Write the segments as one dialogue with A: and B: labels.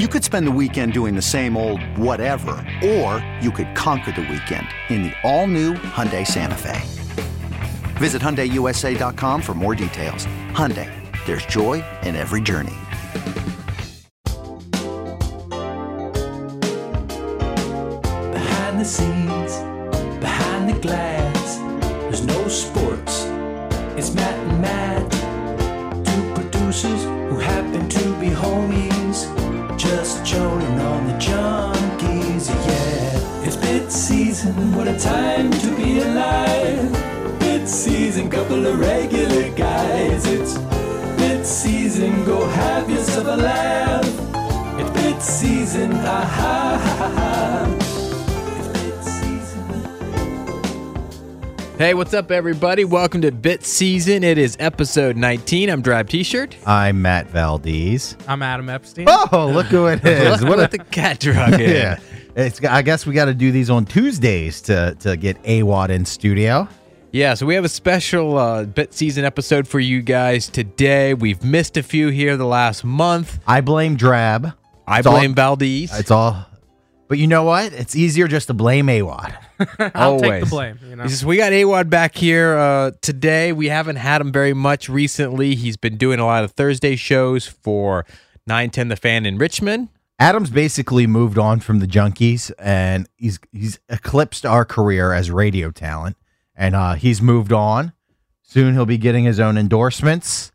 A: You could spend the weekend doing the same old whatever, or you could conquer the weekend in the all-new Hyundai Santa Fe. Visit HyundaiUSA.com for more details. Hyundai, there's joy in every journey.
B: Behind the scenes, behind the glass, there's no sports. It's Matt and Matt, two producers who happen to be homies, just joning on the junkies. Yeah, it's bit season. What a time to be alive! Bit season, couple of regular guys. It's bit season. Go have yourself a laugh. It's bit season. Ah ha ha ha. It's bit season.
C: Hey, what's up, everybody? Welcome to Bit Season. It is episode 19. I'm Drive T-shirt.
D: I'm Matt Valdez.
E: I'm Adam Epstein.
D: Oh, look who it is!
C: Look
D: What
C: what
D: a
C: the cat drug in.
D: yeah. It's, I guess we got to do these on Tuesdays to to get AWOD in studio.
C: Yeah, so we have a special uh, Bit Season episode for you guys today. We've missed a few here the last month.
D: I blame Drab.
C: I
D: It's all-
C: blame Valdez.
D: It's all, but you know what? It's easier just to blame AWOD.
E: I'll
C: always.
E: take the blame. You know,
C: He says, we got Awad back here uh, today. We haven't had him very much recently. He's been doing a lot of Thursday shows for 910 The Fan in Richmond.
D: Adam's basically moved on from the Junkies, and he's he's eclipsed our career as radio talent, and uh, he's moved on. Soon he'll be getting his own endorsements,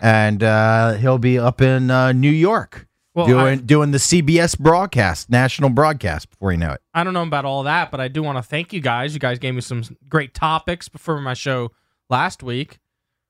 D: and uh, he'll be up in uh, New York
E: Well,
D: doing
E: I-
D: doing the CBS broadcast, national broadcast. Before you know it,
E: I don't know about all that, but I do want to thank you guys. You guys gave me some great topics before my show last week.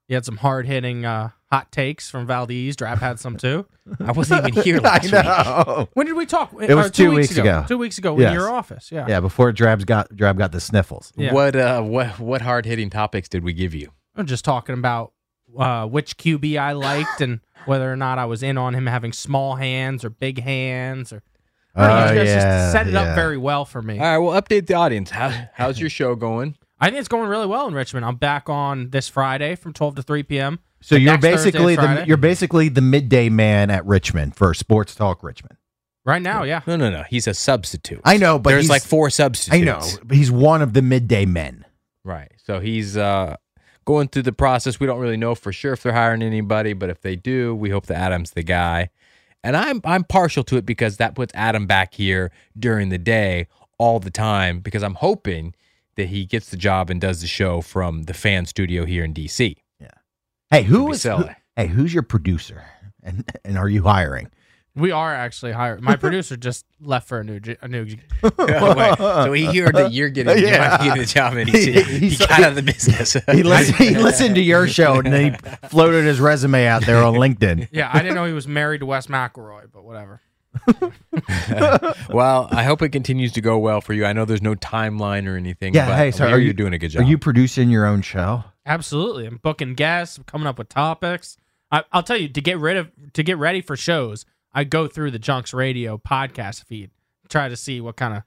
E: You had some hard hitting uh, hot takes from Valdez. Drab had some too.
C: I wasn't even here last week.
D: know.
E: When did we talk?
D: It was
E: Or
D: two weeks ago.
E: Two weeks ago in
D: Yes.
E: your office. Yeah.
D: Yeah, before Drab's got Drab got the sniffles.
E: Yeah.
C: What uh, what what hard hitting topics did we give you?
E: I'm just talking about uh, which QB I liked and whether or not I was in on him having small hands or big hands or.
D: Oh,
E: you guys
D: yeah,
E: just set it
D: yeah.
E: up very well for me.
C: All right, well, update the audience. How, how's your show going?
E: I think it's going really well in Richmond. I'm back on this Friday from 12 to 3 p.m.
D: So
E: The
D: you're
E: next Thursday and
D: basically the
E: Friday.
D: you're basically the midday man at Richmond for Sports Talk Richmond.
E: right now. Yeah,
C: No, no, no. He's a substitute.
D: I know, but
C: there's
D: he's-
C: like four
D: I
C: substitutes.
D: know, but he's one of the midday men.
C: Right. So he's uh, going through the process. We don't really know for sure if they're hiring anybody, but if they do, we hope that Adam's the guy. And I'm I'm partial to it because that puts Adam back here during the day all the time because I'm hoping that he gets the job and does the show from the fan studio here in DC.
D: Hey, who
C: Could be
D: is who,
C: Sally.
D: hey? Who's your producer, and and are you hiring?
E: we are actually hired. My producer just left for a new j- a new. j-
C: Wait, so he heard that you're getting, you might be getting the job and he, he,
D: He's-
C: got out of the business.
D: He listened, he listened to your show and then he floated his resume out there on LinkedIn.
E: Yeah, I didn't know he was married to Wes McElroy, but whatever.
C: well, I hope it continues to go well for you. I know there's no timeline or anything.
D: Yeah,
C: but
D: hey, so
C: I'm
D: are
C: sure
D: you
C: you're doing a good job?
D: Are you producing your own show?
E: Absolutely, I'm booking guests. I'm coming up with topics. I, I'll tell you to get rid of to get ready for shows. I go through the Junks Radio podcast feed, try to see what kind of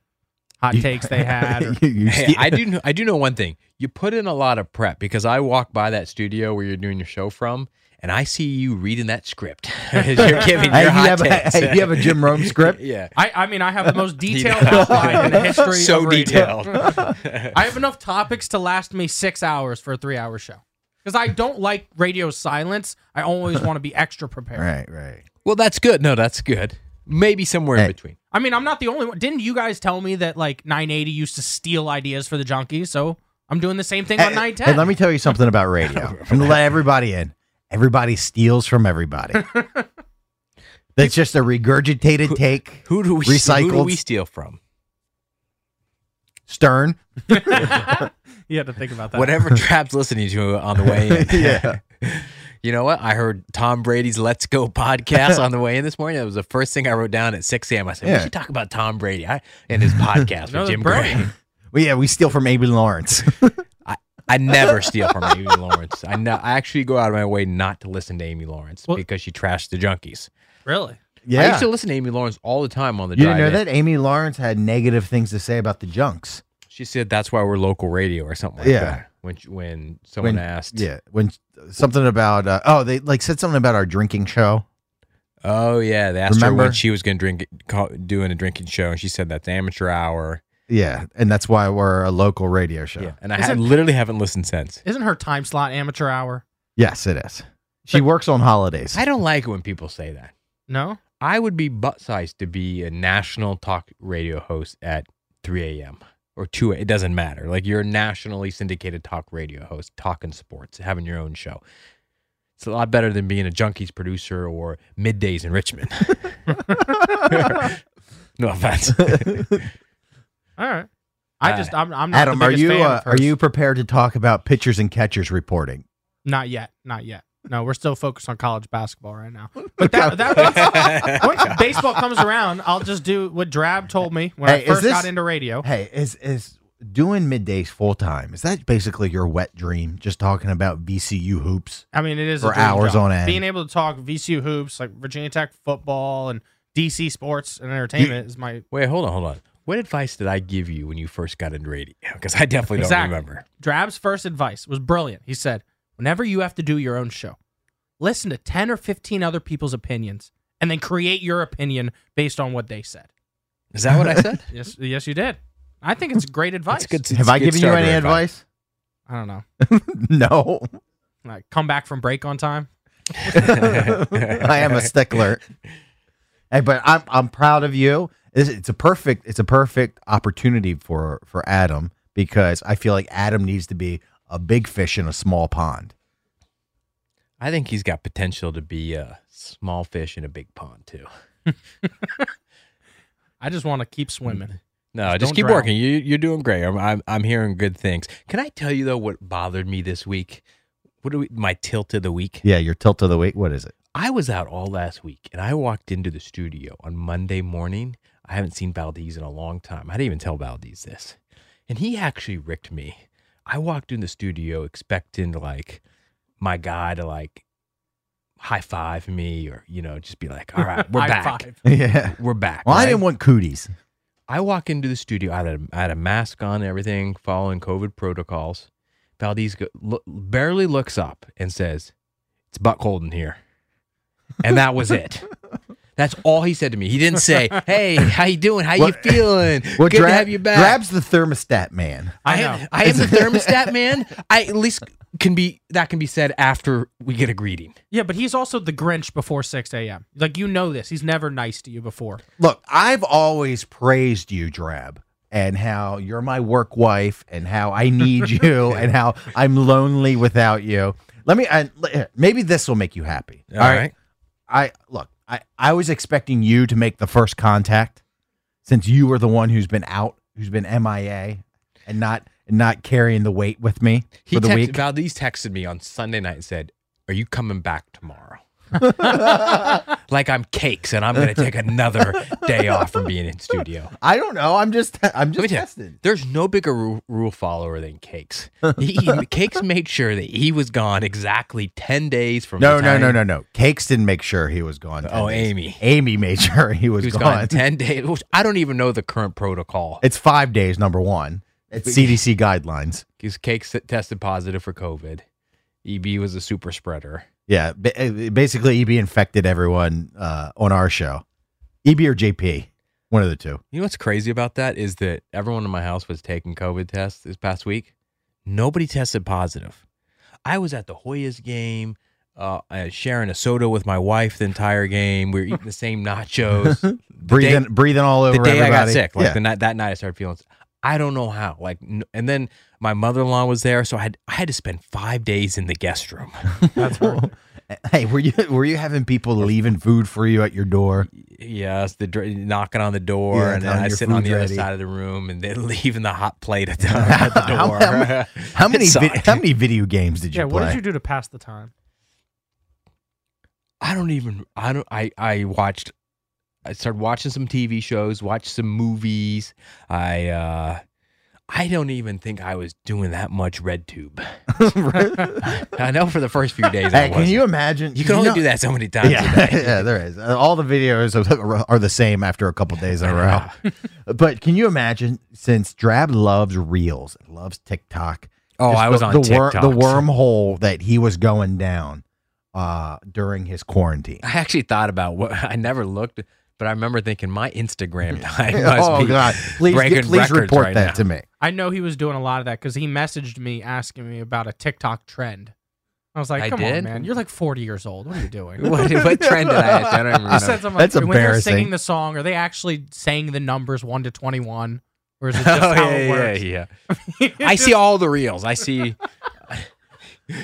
E: hot takes they had. Or,
D: You- you
C: Hey,
D: see-
C: I do. kn- I do know one thing. You put in a lot of prep because I walk by that studio where you're doing your show from, and I see you reading that script. as you're giving
D: Hey,
C: your
D: you
C: hot
D: have a,
C: takes.
D: hey, you have a Jim Rome script.
C: yeah.
E: I, I mean, I have the most detailed
C: know.
E: outline in the history.
C: So
E: of radio.
C: detailed.
E: I have enough topics to last me six hours for a three-hour show because I don't like radio silence. I always want to be extra prepared.
D: Right, right.
C: Well, that's good. No, that's good. Maybe somewhere in
D: Hey.
C: between.
E: I mean, I'm not the only one. Didn't you guys tell me that like 980 used to steal ideas for the junkies? So I'm doing the same thing on
D: Hey,
E: 910.
D: hey, let me tell you something about radio. I'm gonna let everybody in. Everybody steals from everybody. That's just a regurgitated take.
C: Who do we? Who do
D: Recycled.
C: we steal from?
D: Stern.
E: you had to think about that.
C: Whatever Trap's listening to on the way in.
D: Yeah.
C: yeah. You know what? I heard Tom Brady's Let's Go podcast on the way in this morning. That was the first thing I wrote down at 6 a.m. I said,
D: Yeah.
C: we should talk about Tom Brady I, and his podcast
E: Another
C: with Jim
E: Brady.
C: Gray.
D: Well, yeah, we steal from Avery Lawrence.
C: I never steal from Amy Lawrence. I, no, I actually go out of my way not to listen to Amy Lawrence
E: Well-
C: because she trashed the junkies.
E: Really?
D: yeah.
C: I used to listen to Amy Lawrence all the time on the
D: you
C: drive.
D: didn't know
C: in.
D: that Amy Lawrence had negative things to say about the junks.
C: She said that's why we're local radio or something like
D: Yeah.
C: that. When when someone
D: When-
C: asked,
D: Yeah, when something about uh, oh they like said something about our drinking show.
C: oh yeah, they asked her when
D: Remember?
C: she was going to drink call, doing a drinking show, and she said that's amateur hour.
D: Yeah, and that's why we're a local radio show.
C: Yeah, and I
E: Isn't-
C: had, literally haven't listened since.
E: Isn't her time slot amateur hour?
D: Yes, it is. She works on holidays.
C: I don't like it when people say that.
E: No.
C: I would be butt sized to be a national talk radio host at 3 a.m. or 2 a.m. It doesn't matter. Like you're a nationally syndicated talk radio host, talking sports, having your own show. It's a lot better than being a junkies producer or middays in Richmond. no offense.
E: All right. I
C: Uh,
E: just I'm I'm not
D: Adam,
E: the
D: are
E: biggest
D: you
E: fan
D: uh,
E: of
D: are
E: hers.
D: you prepared to talk about pitchers and catchers reporting?
E: Not yet. Not yet. No, we're still focused on college basketball right now. But that, that once, once baseball comes around, I'll just do what Drab told me when
D: Hey,
E: I
D: is
E: first
D: this-
E: got into radio.
D: Hey, is is doing middays full time? Is that basically your wet dream? Just talking about VCU hoops?
E: I mean, it is
D: For
E: a dream
D: hours
E: job.
D: on end.
E: Being able to talk VCU hoops, like Virginia Tech football, and DC sports and entertainment is my
C: Wait, hold on, hold on. What advice did I give you when you first got into radio? Because I definitely don't
E: Exactly.
C: remember.
E: Drab's first advice was brilliant. He said, "Whenever you have to do your own show, listen to ten or fifteen other people's opinions, and then create your opinion based on what they said."
C: Is that what I said?
E: Yes, yes, you did. I think it's great advice.
C: That's good- it's
D: Have I
C: good
D: given you
C: starter
D: any advice?
E: I don't know.
D: no,
E: Like come back from break on time.
D: I am a stickler. Hey, but I'm I'm proud of you. It's, it's a perfect it's a perfect opportunity for for Adam because I feel like Adam needs to be a big fish in a small pond.
C: I think he's got potential to be a small fish in a big pond too.
E: I just want to keep swimming.
C: No,
E: Just
C: just,
E: don't
C: keep
E: drown.
C: working. You you're doing great. I'm, I'm I'm hearing good things. Can I tell you though what bothered me this week? What do we my tilt of the week?
D: Yeah, your tilt of the week. What is it?
C: I was out all last week and I walked into the studio on Monday morning. I haven't seen Valdez in a long time. I didn't even tell Valdez this. And he actually ricked me. I walked in the studio expecting like my guy to like high five me or, you know, just be like, all right, we're
E: High
C: back.
E: five.
D: Yeah.
C: We're back.
D: Well, I
C: right?
D: didn't want cooties.
C: I walk into the studio. I had a, I had a mask on, and everything, following COVID protocols. Valdez go, lo- barely looks up and says, "It's butt cold in here," and that was it. That's all he said to me. He didn't say, "Hey, how you doing? How
D: What-
C: you feeling?
D: Well,
C: Good
D: Drab-
C: to have you back."
D: Grabs the thermostat man.
C: I
E: I
C: am,
E: know.
C: I am the thermostat man. I at least can be that can be said after we get a greeting.
E: Yeah, but he's also the Grinch before six a.m. Like you know this. He's never nice to you before.
D: Look, I've always praised you, Drab, and how you're my work wife, and how I need you, and how I'm lonely without you. Let me. I, maybe this will make you happy.
C: all right.
D: I look. I I was expecting you to make the first contact, since you were the one who's been out, who's been MIA, and not and not carrying the weight with me
C: He
D: for the
C: text-
D: week.
C: Valdez texted me on Sunday night and said, "Are you coming back tomorrow?" like I'm cakes, and I'm going to take another day off from being in studio.
D: I don't know. I'm just. I'm
C: Let me
D: just
C: tell
D: testing.
C: you, there's no bigger rule, rule follower than Cakes. He, he- Cakes made sure that he was gone exactly ten days from.
D: No,
C: the
D: no,
C: time
D: no, no, no. Cakes didn't make sure he was gone. 10
C: Oh,
D: days.
C: Amy.
D: Amy made sure he was,
C: He was
D: gone.
C: gone ten days. Which I don't even know the current protocol.
D: It's five days, number one. It's CDC guidelines.
C: Because Cakes tested positive for COVID. EB was a super spreader.
D: Yeah. ba- uh, Basically, EB infected everyone uh, on our show. EB or JP, one of the two.
C: You know what's crazy about that is that everyone in my house was taking COVID tests this past week. Nobody tested positive. I was at the Hoyas game, uh, uh, sharing a soda with my wife the entire game. We were eating the same nachos. The
D: Breathing,
C: day-
D: breathing all
C: the
D: over
C: day I got
D: everybody.
C: sick, like
D: yeah.
C: the night that night, I started feeling. s- I don't know how. Like, n- and then my mother in law was there, so I had I had to spend five days in the guest room.
D: hey, were you were you having people leaving food for you at your door?
C: Yes, the dr- knocking on the door,
D: Yeah,
C: and then
D: telling
C: I
D: your
C: sit on
D: food's
C: the other
D: ready.
C: side of the room, and they're leaving the hot plate at the, at the
D: How-
C: door.
D: how many- How
C: It
D: many vid-
C: sucked.
D: how many video games did you
E: yeah.
D: play?
E: What did you do to pass the time?
C: I don't even I don't I I watched I started watching some TV shows, watched some movies. I uh I don't even think I was doing that much RedTube. I know for the first few days I
D: Hey,
C: was.
D: can you imagine?
C: You can only
D: know-
C: do that so many times a
D: Yeah,
C: day.
D: yeah, there is. Uh, All the videos are- are the same after a couple days in a row. but can you imagine? Since Drab loves reels, loves TikTok.
C: Oh,
D: just
C: I was
D: the,
C: on
D: the, wor- the
C: TikToks.
D: wormhole that he was going down uh, during his quarantine.
C: I actually thought about what I never looked, but I remember thinking my Instagram time must
D: oh
C: be
D: God! Please,
C: breaking
D: please
C: records
D: report
C: right
D: that
C: now.
D: to me.
E: I know he was doing a lot of that because he messaged me asking me about a TikTok trend. I was like,
C: I
E: "Come on,
C: did?
E: man! You're like 40 years old. What are you doing?"
C: What, what trend did I? I don't even
E: I
C: remember.
E: said something
D: That's
E: like, when they're
D: embarrassing.
E: singing the song, are they actually saying the numbers one to 21, or is it just how it works?
C: Oh, yeah, yeah. I see all the reels. I see.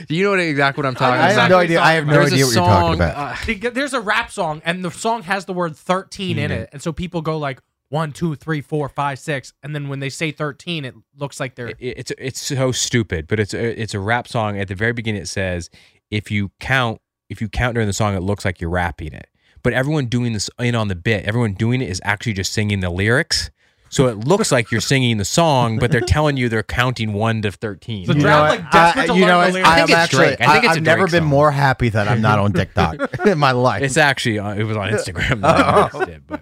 C: Do you know what, exactly what I'm talking
D: I have
C: about?
D: no idea. I have no
C: There's a
D: idea what you're
C: song,
D: talking about.
C: uh,
E: They get- There's a rap song, and the song has the word 13
C: Mhm.
E: in it, and so people go like one, two, three, four, five, six, and then when they say 13, it looks like they're
C: it- it's it's so stupid, but it's a, it's a rap song. At the very beginning, it says if you count if you count during the song, it looks like you're rapping it. But everyone doing this in on the bit, everyone doing it is actually just singing the lyrics. So it looks like you're singing the song, but they're telling you they're counting one to thirteen.
E: So
C: You
D: You
C: know?
E: Drab,
D: know
E: like,
D: what?
E: desperate to
D: you
E: learn
D: know
E: the
D: what?
E: lyrics.
D: I
C: I
D: am
C: think it's
D: actually.
C: Drake. I think it's a
D: have never
C: Drake
D: been
C: song.
D: more happy that I'm not on TikTok in my life.
C: It's actually on, it was
D: Oh.
C: on Instagram. That I noticed it, but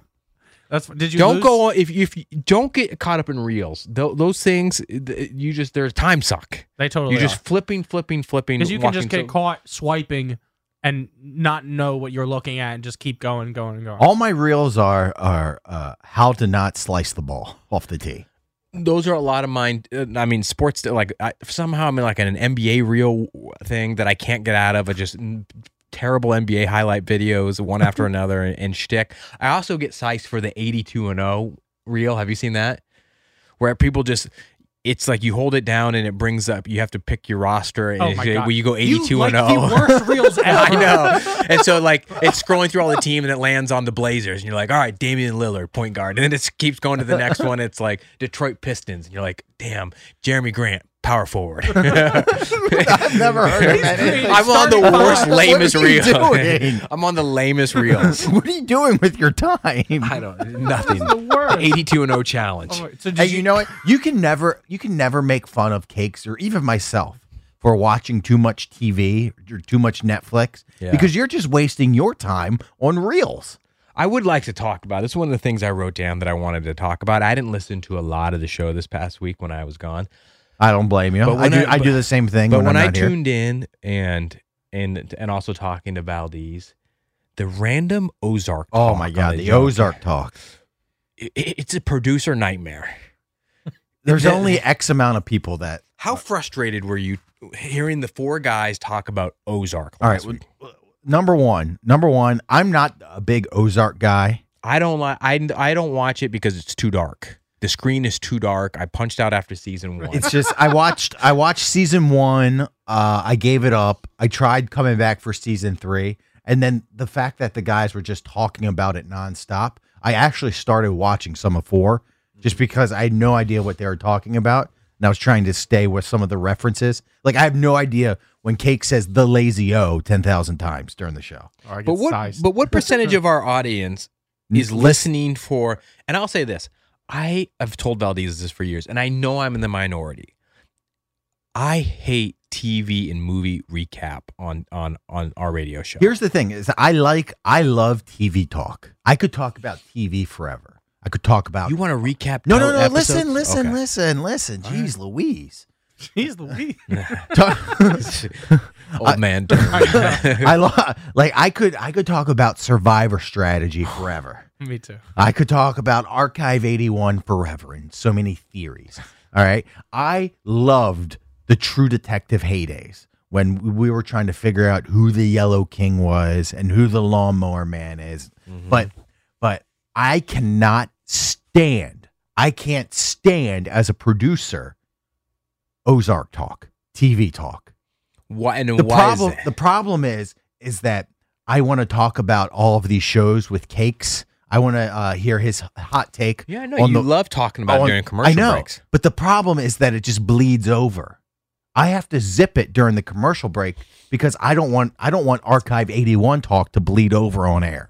E: that's did you
C: don't
E: lose?
C: go on if you- if you don't get caught up in reels. Tho- those things th- you just there's time suck.
E: they totally
C: You're
E: are.
C: just flipping, flipping, flipping.
E: because you can just
C: walking-
E: get caught swiping and not know what you're looking at and just keep going, going, and going.
D: All my reels are are uh, how to not slice the ball off the tee.
C: those are a lot of mine. uh, I mean, sports. Like I, somehow I'm in like an NBA reel thing that I can't get out of. I just mm, terrible NBA highlight videos one after another and, and shtick. I also get sized for the 82 and 0 reel. Have you seen that? Where people just. It's like you hold it down and it brings up. You have to pick your roster, and
E: Oh
C: it's
E: my
C: like,
E: God.
C: well, you go
E: You
C: eighty-two
E: like
C: and oh. zero.
E: the worst reels ever.
C: I know. And so like it's scrolling through all the team and it lands on the Blazers and you're like, all right, Damian Lillard, point guard. And then it keeps going to the next one. It's like Detroit Pistons. And you're like, damn, Jeremy Grant, power forward.
D: I've never heard of that.
C: I'm on the
E: Starting
C: worst,
D: five. What
C: lamest
D: are you
C: reel.
D: doing?
C: I'm on the lamest reels.
D: what are you doing with your time?
C: I don't nothing.
E: the worst.
C: 82 and 0 challenge.
E: Oh, so did
D: Hey, you know what? You can never you can never make fun of cakes or even myself for watching too much TV or too much Netflix
C: Yeah.
D: because you're just wasting your time on reels.
C: I would like to talk about. It's one of the things I wrote down that I wanted to talk about. I didn't listen to a lot of the show this past week when I was gone.
D: I don't blame you.
C: But
D: I
C: when
D: do I,
C: I-
D: do the same thing
C: But
D: when,
C: when,
D: I'm
C: I
D: not here.
C: tuned in and and and also talking to Valdez, the random Ozark.
D: Oh
C: talk
D: my
C: on
D: god, the
C: Junkie,
D: Ozark talk.
C: it- it- it's a producer nightmare.
D: There's
C: the-
D: only X amount of people that.
C: How frustrated were you hearing the four guys talk about Ozark?
D: All
C: Last
D: right,
C: week?
D: Number one, number one. I'm not a big Ozark guy.
C: I don't like. I I don't watch it because it's too dark. The screen is too dark. I punched out after season one.
D: It's just I watched I watched season one. Uh, I gave it up. I tried coming back for season three, and then the fact that the guys were just talking about it nonstop. I actually started watching some of four just
C: Mm-hmm.
D: because I had no idea what they were talking about, and I was trying to stay with some of the references. Like I have no idea when Cake says "the lazy o" ten thousand times during the show.
E: Or Oh, I get
C: but what
E: sized.
C: but what percentage of our audience is listening for and I'll say this I have told Valdez this for years and I know I'm in the minority I hate TV and movie recap on on on our radio show
D: Here's the thing: is I like I love TV talk. I could talk about TV forever. I could talk about
C: you want to recap
D: No, no,
C: tel-
D: no.
C: episodes?
D: Listen, listen,
C: Okay.
D: listen, listen. Jeez Louise.
E: Jeez Louise.
C: old man Durham.
D: I lo- like I could I could talk about survivor strategy forever.
E: Me too.
D: I could talk about Archive 81 forever and so many theories. All right. I loved the True Detective heydays when we were trying to figure out who the Yellow King was and who the Lawnmower Man is. But but I cannot stand. I can't stand as a producer Ozark talk, TV talk
C: why and
D: the
C: why
D: problem
C: is that?
D: the problem is is that I want to talk about all of these shows with cakes. I want to uh, hear his hot take.
C: yeah I know
D: on
C: you
D: the-
C: love talking about it
D: on-
C: during commercial
D: I know,
C: breaks
D: but the problem is that it just bleeds over. I have to zip it during the commercial break because I don't want I don't want Archive 81 talk to bleed over on air.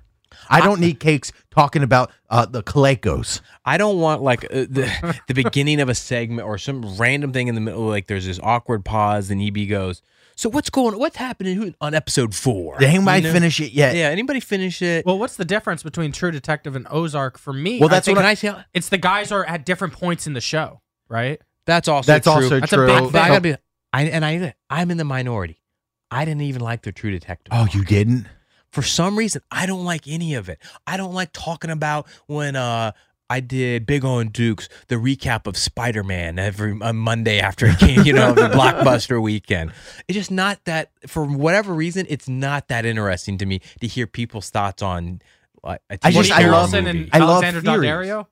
D: I don't need cakes talking about uh, the Kalekos.
C: I don't want like uh, the, the beginning of a segment or some random thing in the middle. Like there's this awkward pause, and EB goes, "So what's going? What's happening on episode four?
D: They might
C: You know?
D: finish it yet.
C: Yeah, anybody finish it?
E: Well, what's the difference between True Detective and Ozark for me?
D: Well,
E: I
D: that's
E: think
D: what
C: Can I tell?
E: it's the guys are at different points in the show, right?
C: That's also
D: That's
C: true.
D: also
E: That's a
D: true.
E: big
C: But I gotta be. I and I I'm in the minority. I didn't even like the True Detective.
D: oh, you didn't?
C: for some reason I don't like any of it. I don't like talking about when uh I did Big on Dukes, the recap of Spider Man every uh, Monday after it came, you know, the blockbuster weekend. It's just not that, for whatever reason, it's not that interesting to me to hear people's thoughts on. Uh, a
D: I
C: TV
D: just-
C: show
D: I
C: or
D: love-
C: movie.
E: Carlson and
D: I love
E: Alexander
D: theories.
E: Daddario.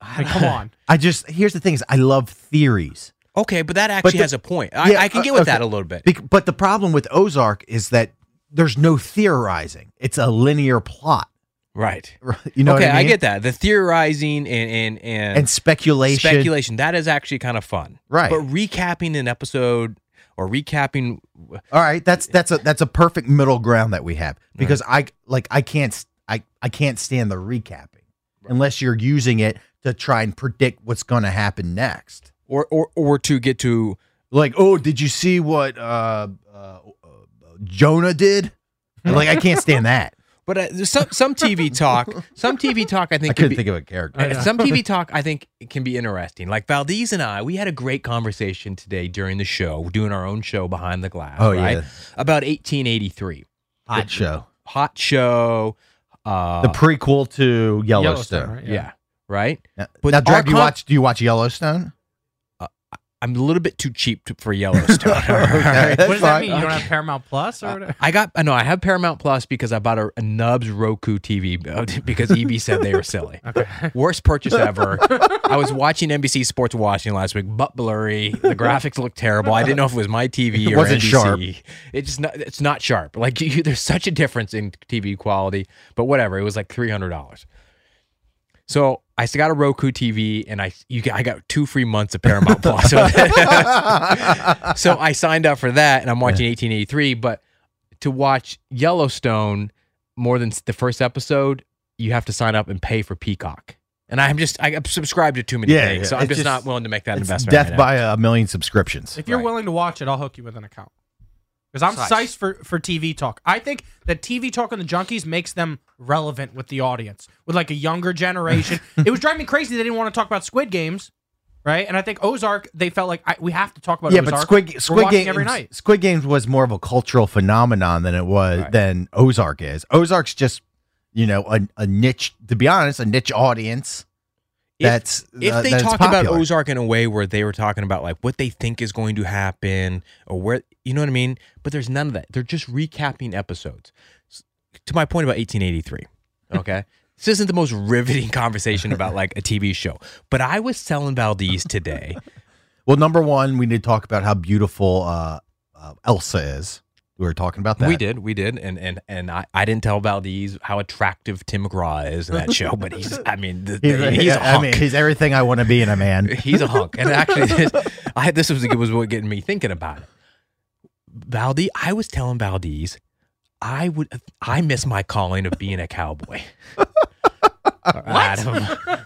E: Like, come on.
D: I just here's the thing is I love theories.
C: okay, but that actually
D: the-
C: has a point. I,
D: Yeah,
C: I can
D: uh,
C: get with
D: okay.
C: that a little bit.
D: Bec- but the problem with Ozark is that there's no theorizing. It's a linear plot.
C: right.
D: You know
C: okay,
D: what I mean?
C: get that. The theorizing and and and,
D: And speculation.
C: speculation that is actually kind of fun.
D: Right.
C: But recapping an episode or recapping
D: All right, that's that's a that's a perfect middle ground that we have because I like I can't s- I I can't stand the recapping unless you're using it to try and predict what's going to happen next.
C: or or or to get to
D: Like, oh, did you see what uh, uh, uh, Jonah did? Like, I can't stand that.
C: but uh, there's some some TV talk, some TV talk I think
D: I
C: could
D: couldn't
C: be,
D: think of a character.
C: Uh, Some TV talk, I think, it can be interesting. Like Valdez and I, we had a great conversation today during the show, We're doing our own show behind the glass.
D: Oh,
C: right?
D: yeah.
C: about 1883,
D: Hot show.
C: hot show. Uh,
D: the prequel to Yellowstone.
E: right?
C: yeah. right.
D: Now-
C: But
D: now, Drew,
C: our
D: do you
C: con-
D: watch? Do you watch Yellowstone?
C: I'm a little bit too cheap to, for Yellowstone. all right?
E: What does that
D: Fine.
E: mean? You don't have Paramount Plus
D: Uh,
E: or whatever?
C: I got no. I have Paramount Plus because I bought a, a Nubs Roku TV because EB said they were silly. Worst purchase ever. I was watching NBC Sports Washington last week, but blurry. The graphics looked terrible. I didn't know if it was my TV
D: It
C: or
D: wasn't
C: NBC.
D: sharp.
C: It's just not. It's not sharp. Like you, there's such a difference in TV quality. But whatever. It was like three hundred dollars. So I still got a Roku TV, and I you got, I got two free months of Paramount Plus. So, so I signed up for that, and I'm watching 1883. But to watch Yellowstone more than s- the first episode, you have to sign up and pay for Peacock. And I'm just I am subscribed to too many
D: Yeah,
C: things,
D: yeah,
C: so I'm
D: it's
C: just,
D: just-
C: not willing to make that
D: It's
C: investment.
D: death
C: right now.
D: by a million subscriptions.
E: If you're
C: Right.
E: willing to watch it, I'll hook you with an account. Because I'm psyched for, for TV talk. I think that TV talk on the junkies makes them relevant with the audience, with like a younger generation. it was driving me crazy. They didn't want to talk about Squid Games, right? And I think Ozark, they felt like I, we have to talk about
D: yeah,
E: Ozark.
D: but Squid
E: We're
D: Squid
E: watching
D: Games
E: every night.
D: Squid Games was more of a cultural phenomenon than it was than Ozark is. Ozark's just you know a, a niche. To be honest, a niche audience.
C: If-
D: that's
C: if
D: uh,
C: they
D: that's
C: talked about
D: popular.
C: Ozark in a way where they were talking about like what they think is going to happen or where you know what I mean, but there's none of that. They're just recapping episodes. S- To my point about 1883, okay. This isn't the most riveting conversation about like a TV show, but I was selling Valdez today.
D: well, number one, we need to talk about how beautiful uh, uh, Elsa is. We were talking about that.
C: We did, we did, and and and I, I didn't tell Valdez how attractive Tim McGraw is in that show, but he's I mean the,
D: He's,
C: the- he's a
D: I
C: hunk.
D: mean, he's everything I want to be in a man.
C: He's a hunk. And actually, this, I had this was it was what getting me thinking about it. Valdez, I was telling Valdez, I would I miss my calling of being a cowboy. what? all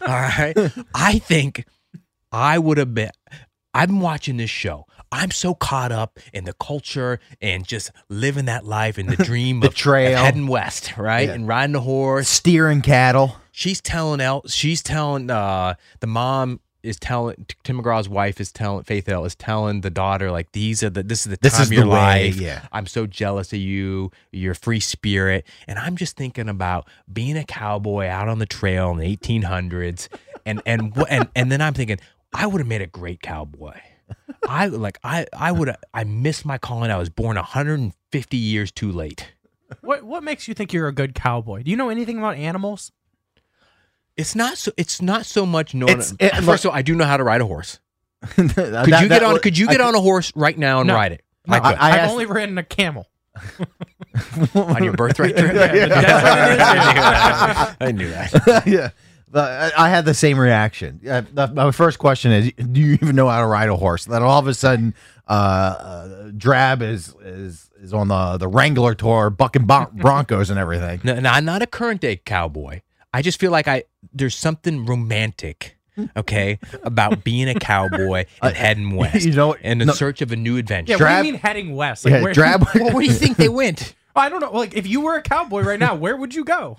C: right. I think I would have been. I've been watching this show. I'm so caught up in the culture and just living that life and the dream
D: The
C: of, of
D: trail.
C: heading west, right?
D: Yeah.
C: And riding the horse
D: Steering cattle.
C: she's telling El, she's telling uh the mom is telling Tim McGraw's wife is telling Faith L is telling the daughter like these are the this is the
D: This
C: time
D: is
C: of your
D: the way,
C: life.
D: yeah.
C: I'm so jealous of you, your free spirit, and I'm just thinking about being a cowboy out on the trail in the 1800s, and and wh- and and then I'm thinking I would have made a great cowboy. I like I I would I missed my calling. I was born 150 years too late.
E: What, what makes you think you're a good cowboy? Do you know anything about animals?
C: It's not so. It's not so much knowing.
D: It's- it-
C: first
D: look-
C: of all, I do know how to ride a horse.
D: could
C: Could you get on? Could you get on a horse right now and
E: No.
C: ride it?
D: No,
C: I could.
D: I
E: I've
D: asked-
E: only ridden a camel.
C: on your birthright trip.
D: Yeah, yeah.
C: I knew that.
D: yeah. The, I- I had the same reaction. Uh, the, my first question is, do you even know how to ride a horse? Then all of a sudden, uh, uh, Drab is is is on the the Wrangler tour, bucking bon- Broncos and everything.
C: No, no, I'm not a current day cowboy. I just feel like I there's something romantic, okay, about being a cowboy and heading west.
D: you know what?
C: in the
D: No.
C: search of a new adventure.
E: Yeah, what
D: Drab-
E: do you mean heading west? Like,
D: Yeah,
E: where-
D: Drab.
C: Well, where do you think they went?
E: I don't know. Like, if you were a cowboy right now, where would you go?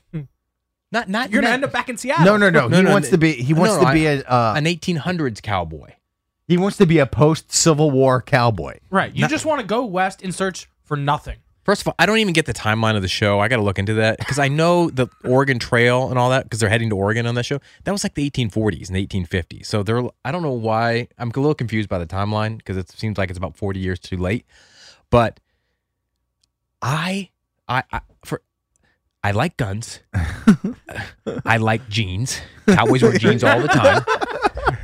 C: Not not
E: You're gonna
C: not
E: end up back in Seattle.
D: no, no, no.
C: No,
D: He
C: no,
D: wants to be. He wants
C: no,
D: to be
C: I-
D: a. Uh,
C: an 1800s cowboy.
D: he wants to be a post Civil War cowboy.
E: Right. You just want to go west and search for nothing.
C: First of all, I don't even get the timeline of the show. I got to look into that because I know the Oregon Trail and all that because they're heading to Oregon on that show. That was like the 1840s and 1850s. So they're I don't know why I'm a little confused by the timeline because it seems like it's about 40 years too late. But I I, I for I like guns. I like jeans. Cowboys wear jeans all the time.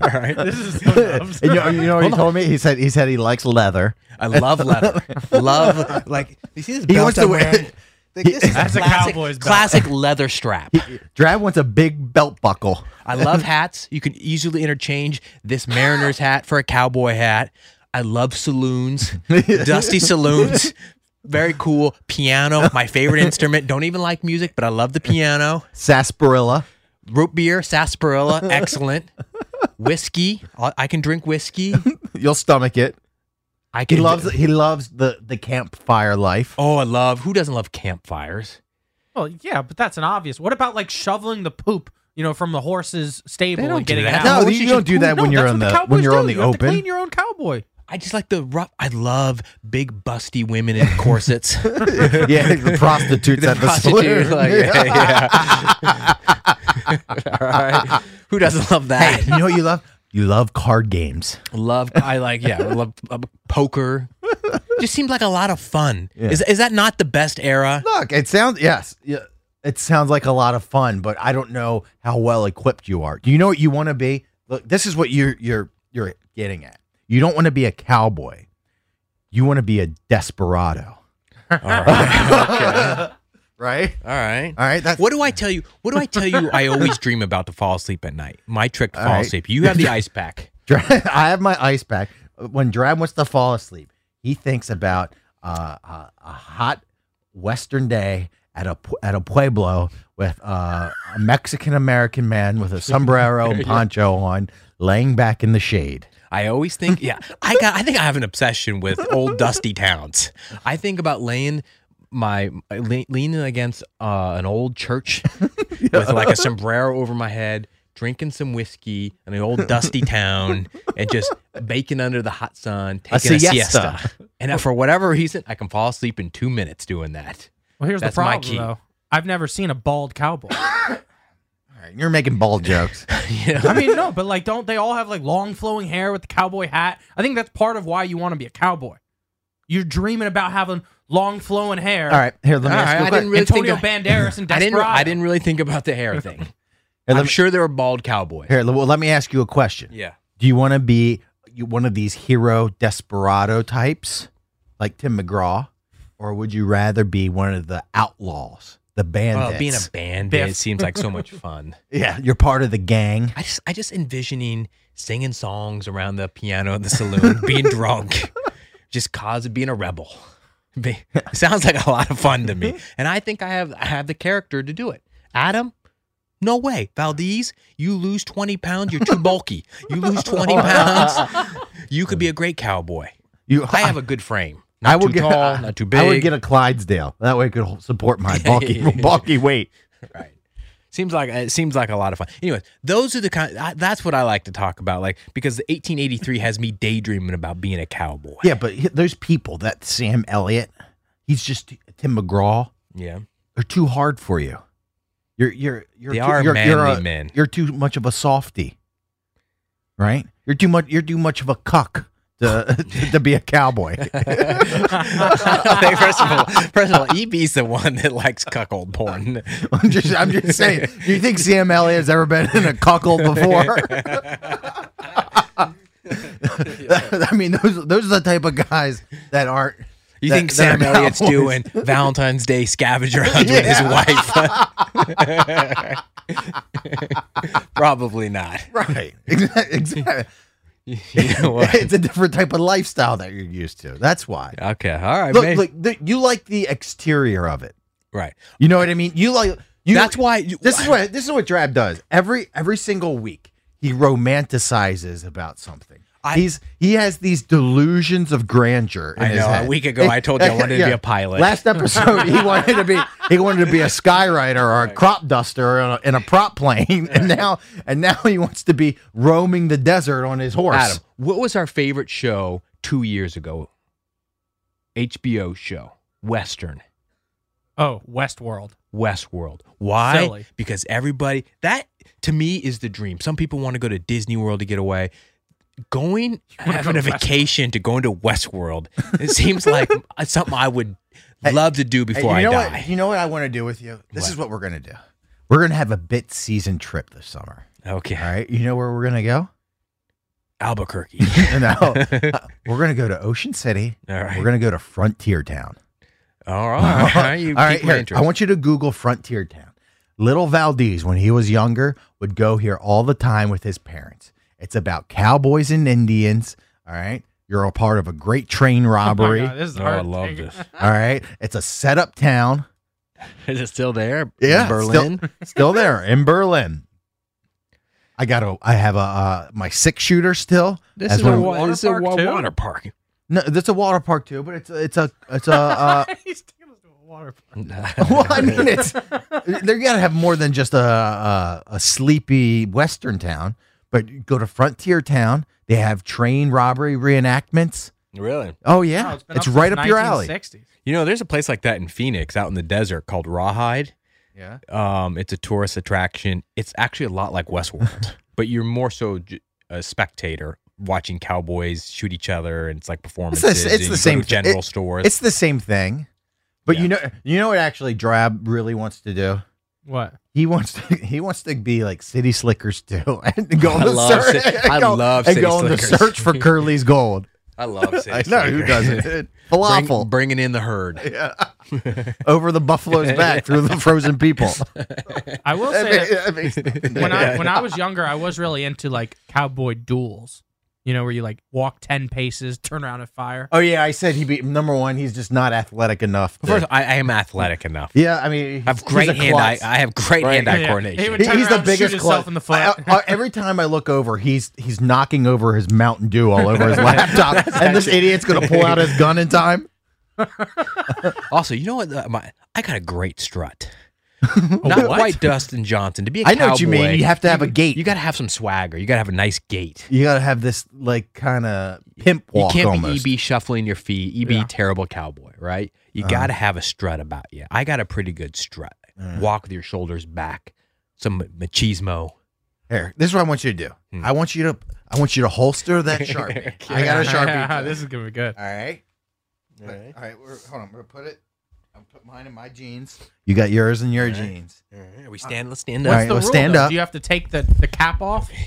C: All right.
E: This is so dumb.
D: And you, know- you know what he told me? He said he said he likes leather.
C: I love leather. love like you see this
D: He
C: belt
D: wants
C: I'm
D: to wear-
C: wearing? Like, this is
E: That's a
C: classic-
E: cowboy's belt.
C: classic leather strap.
D: Drab wants a big belt buckle.
C: I love hats. You can easily interchange this Mariners hat for a cowboy hat. I love saloons, dusty saloons. Very cool. Piano, my favorite instrument. Don't even like music, but I love the piano.
D: sarsaparilla.
C: Root beer, sarsaparilla, excellent. Whiskey, I I can drink whiskey.
D: You'll stomach it.
C: I
D: He
C: can
D: loves he loves the the campfire life.
C: Oh, I love. Who doesn't love campfires?
E: Well, yeah, but that's an obvious. What about like shoveling the poop, you know, from the horse's stable
C: They don't
E: and getting
C: do
E: it
C: that.
E: out?
D: No,
C: horse
D: you,
C: is
D: don't
C: just
D: do that
E: No,
D: when you're
E: that's
D: on
E: what
D: the when
E: cowboys
D: you're on
E: do.
D: the
E: You have to
D: open.
E: clean your own cowboy.
C: I just like the rough. I love big, busty women in corsets.
D: yeah, the prostitutes at the
C: prostitute,
D: saloon.
C: like, yeah, yeah. All right. Who doesn't love that?
D: Hey, you know what you love? You love card games.
C: Love, I like, yeah, I love uh, poker. Just seemed like a lot of fun. Is, is that not the best era?
D: Look, it sounds yes, yeah, it sounds like a lot of fun, but I don't know how well equipped you are. Do you know what you want to be? Look, this is what you're you're you're getting at. You don't want to be a cowboy. You want to be a desperado,
C: All right.
D: right?
C: All right.
D: All right, that's
C: What do I tell you? What do I tell you? I always dream about to fall asleep at night. My trick to
D: All
C: fall
D: right.
C: asleep. You have the ice pack.
D: Dra I have my ice pack. When Drab wants to fall asleep, he thinks about uh, uh, a hot Western day at a pu- at a pueblo with uh, a Mexican American man with a sombrero and poncho on, laying back in the shade.
C: I always think, yeah, I got. I think I have an obsession with old dusty towns. I think about laying my le- leaning against uh, an old church with like a sombrero over my head, drinking some whiskey in an old dusty town, and just baking under the hot sun, taking a siesta.
D: siesta.
C: And for whatever reason, I can fall asleep in two minutes doing that.
E: Well, here's
C: That's
E: the
C: my
E: problem
C: key.
E: though. I've never seen a bald cowboy.
D: All right, you're making bald jokes.
C: You know?
E: I mean, no, but like, don't they all have like long flowing hair with the cowboy hat? I think that's part of why you want to be a cowboy. You're dreaming about having long flowing hair.
D: All right, here let me
C: All
D: ask
C: right,
D: you a
C: I
D: question.
C: didn't really think
E: Antonio
C: of-
E: Banderas and
C: I didn't.
E: Desperado.
C: I didn't really think about the hair thing.
D: Here, let
C: I'm
D: me-
C: sure there were bald cowboys.
D: here, let- well, let me ask you a question.
C: Yeah.
D: Do you want to be you- one of these hero desperado types like Tim McGraw, or would you rather be one of the outlaws, the bandits?
C: Oh, being a bandit
E: Biff.
C: seems like so much fun.
D: yeah, you're part of the gang.
C: I just I just envisioning singing songs around the piano in the saloon, being drunk, just cause being a rebel. Be- sounds like a lot of fun to me, and I think I have I have the character to do it. Adam, no way, Valdez, you lose twenty pounds, you're too bulky. You lose twenty pounds, you could be a great cowboy.
D: You,
C: I have a good frame. Not
D: I would
C: too
D: get
C: tall, not too big.
D: I would get a Clydesdale. That way, it could support my bulky, bulky weight.
C: Right. Seems like it seems like a lot of fun. Anyways, those are the kind. I, that's what I like to talk about, like because the 1883 has me daydreaming about being a cowboy.
D: Yeah, but he- those people, that Sam Elliott, he's just Tim McGraw.
C: Yeah.
D: They're too hard for you. You're you're you're
C: They
D: too,
C: are
D: you're, you're
C: manly
D: a-
C: men.
D: You're too much of a softy, right? You're too much. You're too much of a cuck to to be a cowboy.
C: okay, first of all, first of all, EB's the one that likes cuckold porn.
D: I'm just I'm just saying. Do you think Sam Elliott has ever been in a cuckold before? I mean, those those are the type of guys that aren't.
C: You
D: that-
C: think
D: that
C: Sam
D: are
C: Elliott's
D: cowboys.
C: doing Valentine's Day scavenger hunts with his wife? Probably not.
D: Right. Exactly. exactly.
C: You know what?
D: it's a different type of lifestyle that you're used to. That's why.
C: Okay. All right.
D: Look,
C: maybe-
D: look, th- you like the exterior of it.
C: Right.
D: You know what I mean? You like you
C: That's why you-
D: This is what this is what Drab does. Every every single week he romanticizes about something.
C: I-
D: He's he has these delusions of grandeur. in
C: I
D: his
C: know. A
D: head.
C: week ago, I told you I wanted to be a pilot.
D: Last episode, he wanted to be he wanted to be a skywriter or a crop duster in a, in a prop plane, and now and now he wants to be roaming the desert on his horse.
C: Adam, what was our favorite show two years ago? HBO show, Western,
E: Oh, Westworld.
C: Westworld. Why?
E: Silly.
C: Because everybody, that to me is the dream. Some people want to go to Disney World to get away. Going,
E: wanna
C: having
E: go
C: a
E: to Westworld.
C: vacation to going to Westworld, it seems like something I would love to do
D: Hey,
C: before
D: you know
C: I die.
D: what? You know what I want to do with you? This
C: What?
D: is what we're gonna do. We're gonna have a bit season trip this summer.
C: Okay.
D: All right. You know where we're gonna go?
C: Albuquerque.
D: no, Uh, we're gonna go to Ocean City.
C: All right.
D: We're gonna go to Frontier Town.
C: All right. All right. You
D: All right,
C: piqued my
D: here,
C: interest.
D: I want you to Google Frontier Town. Little Valdez, when he was younger, would go here all the time with his parents. It's about cowboys and Indians. All right. You're a part of a great train robbery.
E: Oh my God, this is
C: Oh,
E: hard
C: I
E: to
C: love
E: take.
C: this.
D: all right. It's a setup town.
C: Is it still there?
D: Yeah,
C: In
D: still-
C: Berlin.
D: still there in Berlin. I got a. I have a uh, my six shooter still.
C: This
D: That's
C: is a
D: one-
C: water this is a
E: park,
C: wa-
E: too?
C: water park.
D: No, that's a water park too, but it's a, it's a it's a. Uh,
E: He's taking us to a water park.
D: well, I mean, it's they're gotta have more than just a, a a sleepy western town. But you go to Frontier Town. They have train robbery reenactments.
C: Really?
D: Oh yeah,
E: Oh, been
D: it's
E: since
D: right up your alley.
E: 1960s.
C: You know, there's a place like that in Phoenix, out in the desert, called Rawhide.
D: Yeah.
C: Um, it's a tourist attraction. It's actually a lot like Westworld, but you're more so j- a spectator watching cowboys shoot each other, and it's like
D: It's
C: performances.
D: the, it's
C: and
D: the
C: you go to
D: same thi-
C: general
D: it-
C: stores.
D: It's the same thing, but
C: Yeah.
D: you know you know what actually Drab really wants to do.
E: What?
D: He wants to. He wants to be like City Slickers too, and go on
C: I
D: the
C: love
D: search.
C: Ci-
D: and
C: I
D: go-
C: love
D: and
C: City
D: go on the
C: Slickers.
D: search for Curly's gold.
C: I love.
D: I
C: City
D: know who
C: Slickers.
D: doesn't.
C: Bring-
D: Falafel
C: bringing in the herd.
D: over the buffalo's back through the frozen people.
E: I will
D: I
E: say
D: mean,
E: that
D: I mean,
E: when I when I was younger, I was really into like cowboy duels. You know, where you like walk ten paces, turn around and fire.
D: oh yeah, I said he be number one. He's just not athletic enough. to-
C: First, of all, I, I am athletic enough.
D: yeah, I mean,
C: I
D: he's-
C: have great
D: he's a
C: hand. eye
D: klutz.
C: I have great hand-eye
E: Yeah. He
C: coordination.
E: would
D: He-
E: turn
D: he's
E: around
D: the
E: and shoot
D: biggest
E: himself
D: klutz.
E: in the foot.
D: I- I- every time I look over, he's he's knocking over his Mountain Dew all over his laptop, and this idiot's gonna pull out his gun in time.
C: Also, you know what? uh, my I got a great strut. Not
E: what?
C: quite Dustin Johnson. To be a
D: Oh, I know what you
C: cowboy,
D: mean. You have to have a gait.
C: You got to have some swagger. You got to have a nice gait.
D: You gotta have this like kind of pimp walk
C: you can't
D: almost.
C: be E EB shuffling your feet. EB
E: Yeah.
C: terrible cowboy, right? You
D: Uh-huh.
C: got to have a strut about you. I got a pretty good strut. Walk with your shoulders back. Some machismo.
D: Here, this is what I want you to do.
C: Hmm.
D: I want you to I want you to holster that sharpie. I got a sharpie.
E: this is gonna be good.
D: All right. All right. All right. We're, hold on. We're gonna put it. I'm gonna put mine in my jeans. You got yours in your jeans.
C: Are we stand? Let's stand
D: All
C: up.
D: right, well, stand
E: though?
D: up.
E: Do you have to take the, the cap off?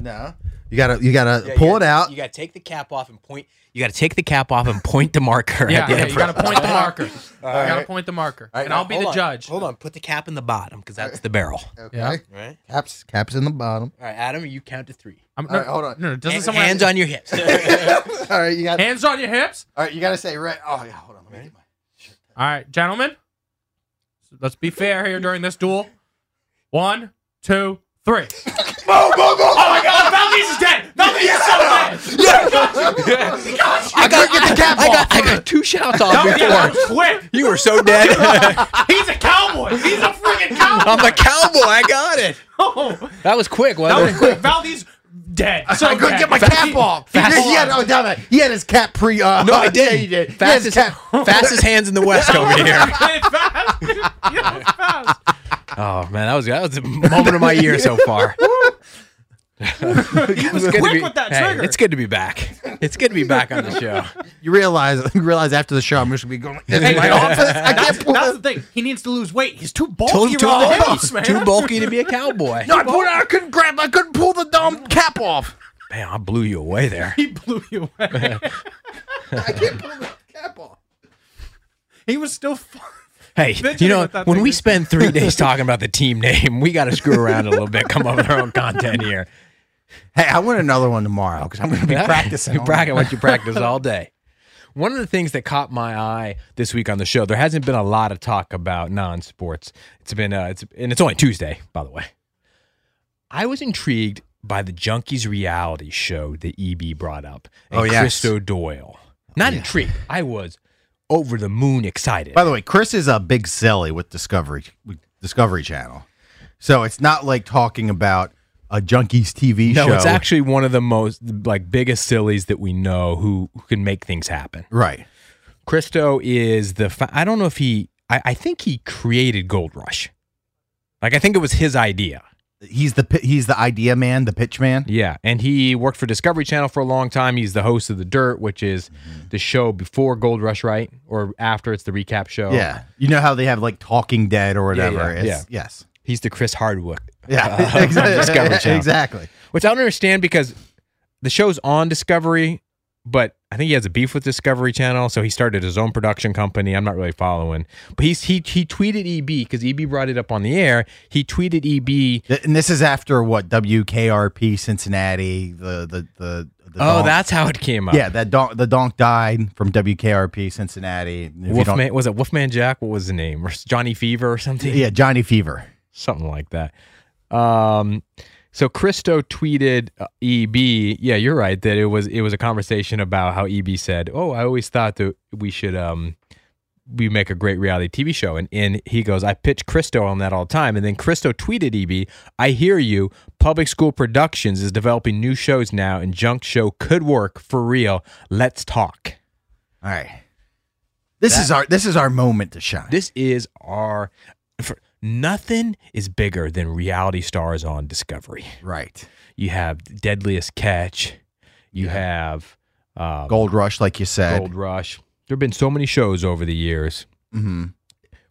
D: No. You gotta. You gotta
C: Yeah, you
D: pull
C: gotta-
D: it out.
C: You got to take the cap off and point. You got to take the cap off and point the marker.
E: Yeah,
C: at the
E: yeah,
C: end.
E: you gotta point the marker. you gotta
D: right.
E: point the marker,
D: All right,
E: and
D: now,
E: I'll be
C: Hold
E: the
C: on.
E: judge.
C: Hold on. Put the cap in the bottom because that's the barrel.
D: okay.
E: Yeah.
C: Right.
D: Caps. Caps in the bottom.
C: All right, Adam. You count to three.
E: I'm,
D: All right, hold on.
E: No, no, doesn't
C: Ha-
E: someone
C: hands on your hips.
D: All right. You got.
E: hands on your hips?
D: all right. You gotta say right. Oh yeah. Hold on. Let me get my.
E: All right, gentlemen. Let's be fair here during this duel. One, two, three.
D: Boom! Boom! Boom!
E: Oh my God, Valdez is dead. Valdez is so dead.
D: I gotta get the cap
C: I
D: off.
C: got, I got two shots off
E: Valdez, that
C: before.
E: was quick.
C: You were so dead.
E: He's a cowboy. He's a freaking cowboy.
C: I'm a cowboy. I got it.
E: Oh,
C: That was quick,
E: that was
C: wasn't it?
E: quick. Valdez dead. So
D: I couldn't
E: dead.
D: get my cap off. He
C: fast-
D: had, oh, damn it. He had his cap pre. Uh,
C: No, I didn't.
D: Yeah, he did. He had his
C: Fastest, Oh,
D: cap.
C: fastest hands in the West over here.
E: fast. Yeah, it's fast.
C: Oh man, that was that was the moment of my year so far. It was good to
E: quick
C: be-
E: with that
C: hey,
E: trigger.
C: It's good to be back. It's good to be back on the show.
D: You realize, you realize after the show, I'm just gonna be going. in my office. I can't pull
E: That's
D: this.
E: the thing. He needs to lose weight. He's too
C: Too,
E: bulky.
C: too
E: around the
C: bulky,
E: hips, man.
C: too bulky to be a cowboy.
D: No, I, pulled, I couldn't grab. I couldn't pull the dumb cap off.
C: Man, I blew you away there.
E: He blew you away.
D: I can't pull the cap off.
E: he was still. fu-
C: Hey,
E: Eventually
C: you know,
E: what that
C: when
E: thing
C: we
E: is.
C: spend three days talking about the team name, we got to screw around a little bit, come up with our own content here.
D: Hey, I want another one tomorrow because I'm going to be
C: Yeah.
D: practicing.
C: You
D: on
C: practice what you practice all day. One of the things that caught my eye this week on the show, there hasn't been a lot of talk about non-sports. It's been uh, it's and it's only Tuesday, by the way. I was intrigued by the Junkies reality show that EB brought up. And
D: Oh, yes.
C: Christo Doyle. Not intrigued. I was over the moon excited.
D: By the way, Chris is a big silly with Discovery with Discovery Channel, so it's not like talking about a junkies TV
C: no,
D: show.
C: it's actually one of the most like biggest sillies that we know who, who can make things happen.
D: right.
C: Christo is the. Fa- I don't know if he. I, I think he created Gold Rush. Like I think it was his idea.
D: He's the pi- he's the idea man, the pitch man.
C: Yeah, and he worked for Discovery Channel for a long time. He's the host of The Dirt, which is
D: Mm-hmm.
C: the show before Gold Rush, right? Or after it's the recap show.
D: Yeah, you know how they have like Talking Dead or
C: Yeah,
D: whatever.
C: yeah,
D: It's- Yes.
C: he's the Chris Hardwick.
D: Yeah.
C: uh, from
D: exactly.
C: Discovery Channel.
D: Exactly.
C: Which I don't understand because the show's on Discovery, but I think he has a beef with Discovery Channel, so he started his own production company. I'm not really following, but he's he he tweeted E EB because EB brought it up on the air. He tweeted E EB
D: Th- And this is after what WKRP Cincinnati the the the. the
C: Oh,
D: donk-
C: that's how it came up.
D: yeah. That donk the donk died from WKRP Cincinnati. If you don't-
C: Wolfman was it Wolfman Jack? What was the name? Or Johnny Fever or something?
D: Yeah, Johnny Fever.
C: something like that. Um, so Christo tweeted uh, EB. Yeah, you're right that it was it was a conversation about how EB said, "Oh, I always thought that we should um we make a great reality TV show." And and he goes, "I pitch Christo on that all the time." And then Christo tweeted EB, "I hear you. Public School Productions is developing new shows now, and Junk Show could work for real. Let's talk."
D: All right. This is our this is our moment to shine.
C: This is our for, nothing is bigger than reality stars on Discovery.
D: right.
C: You have Deadliest Catch, you have um, Gold,
D: Gold Rush, like you said,
C: Rush. There have been so many shows over the years.
D: Mm-hmm.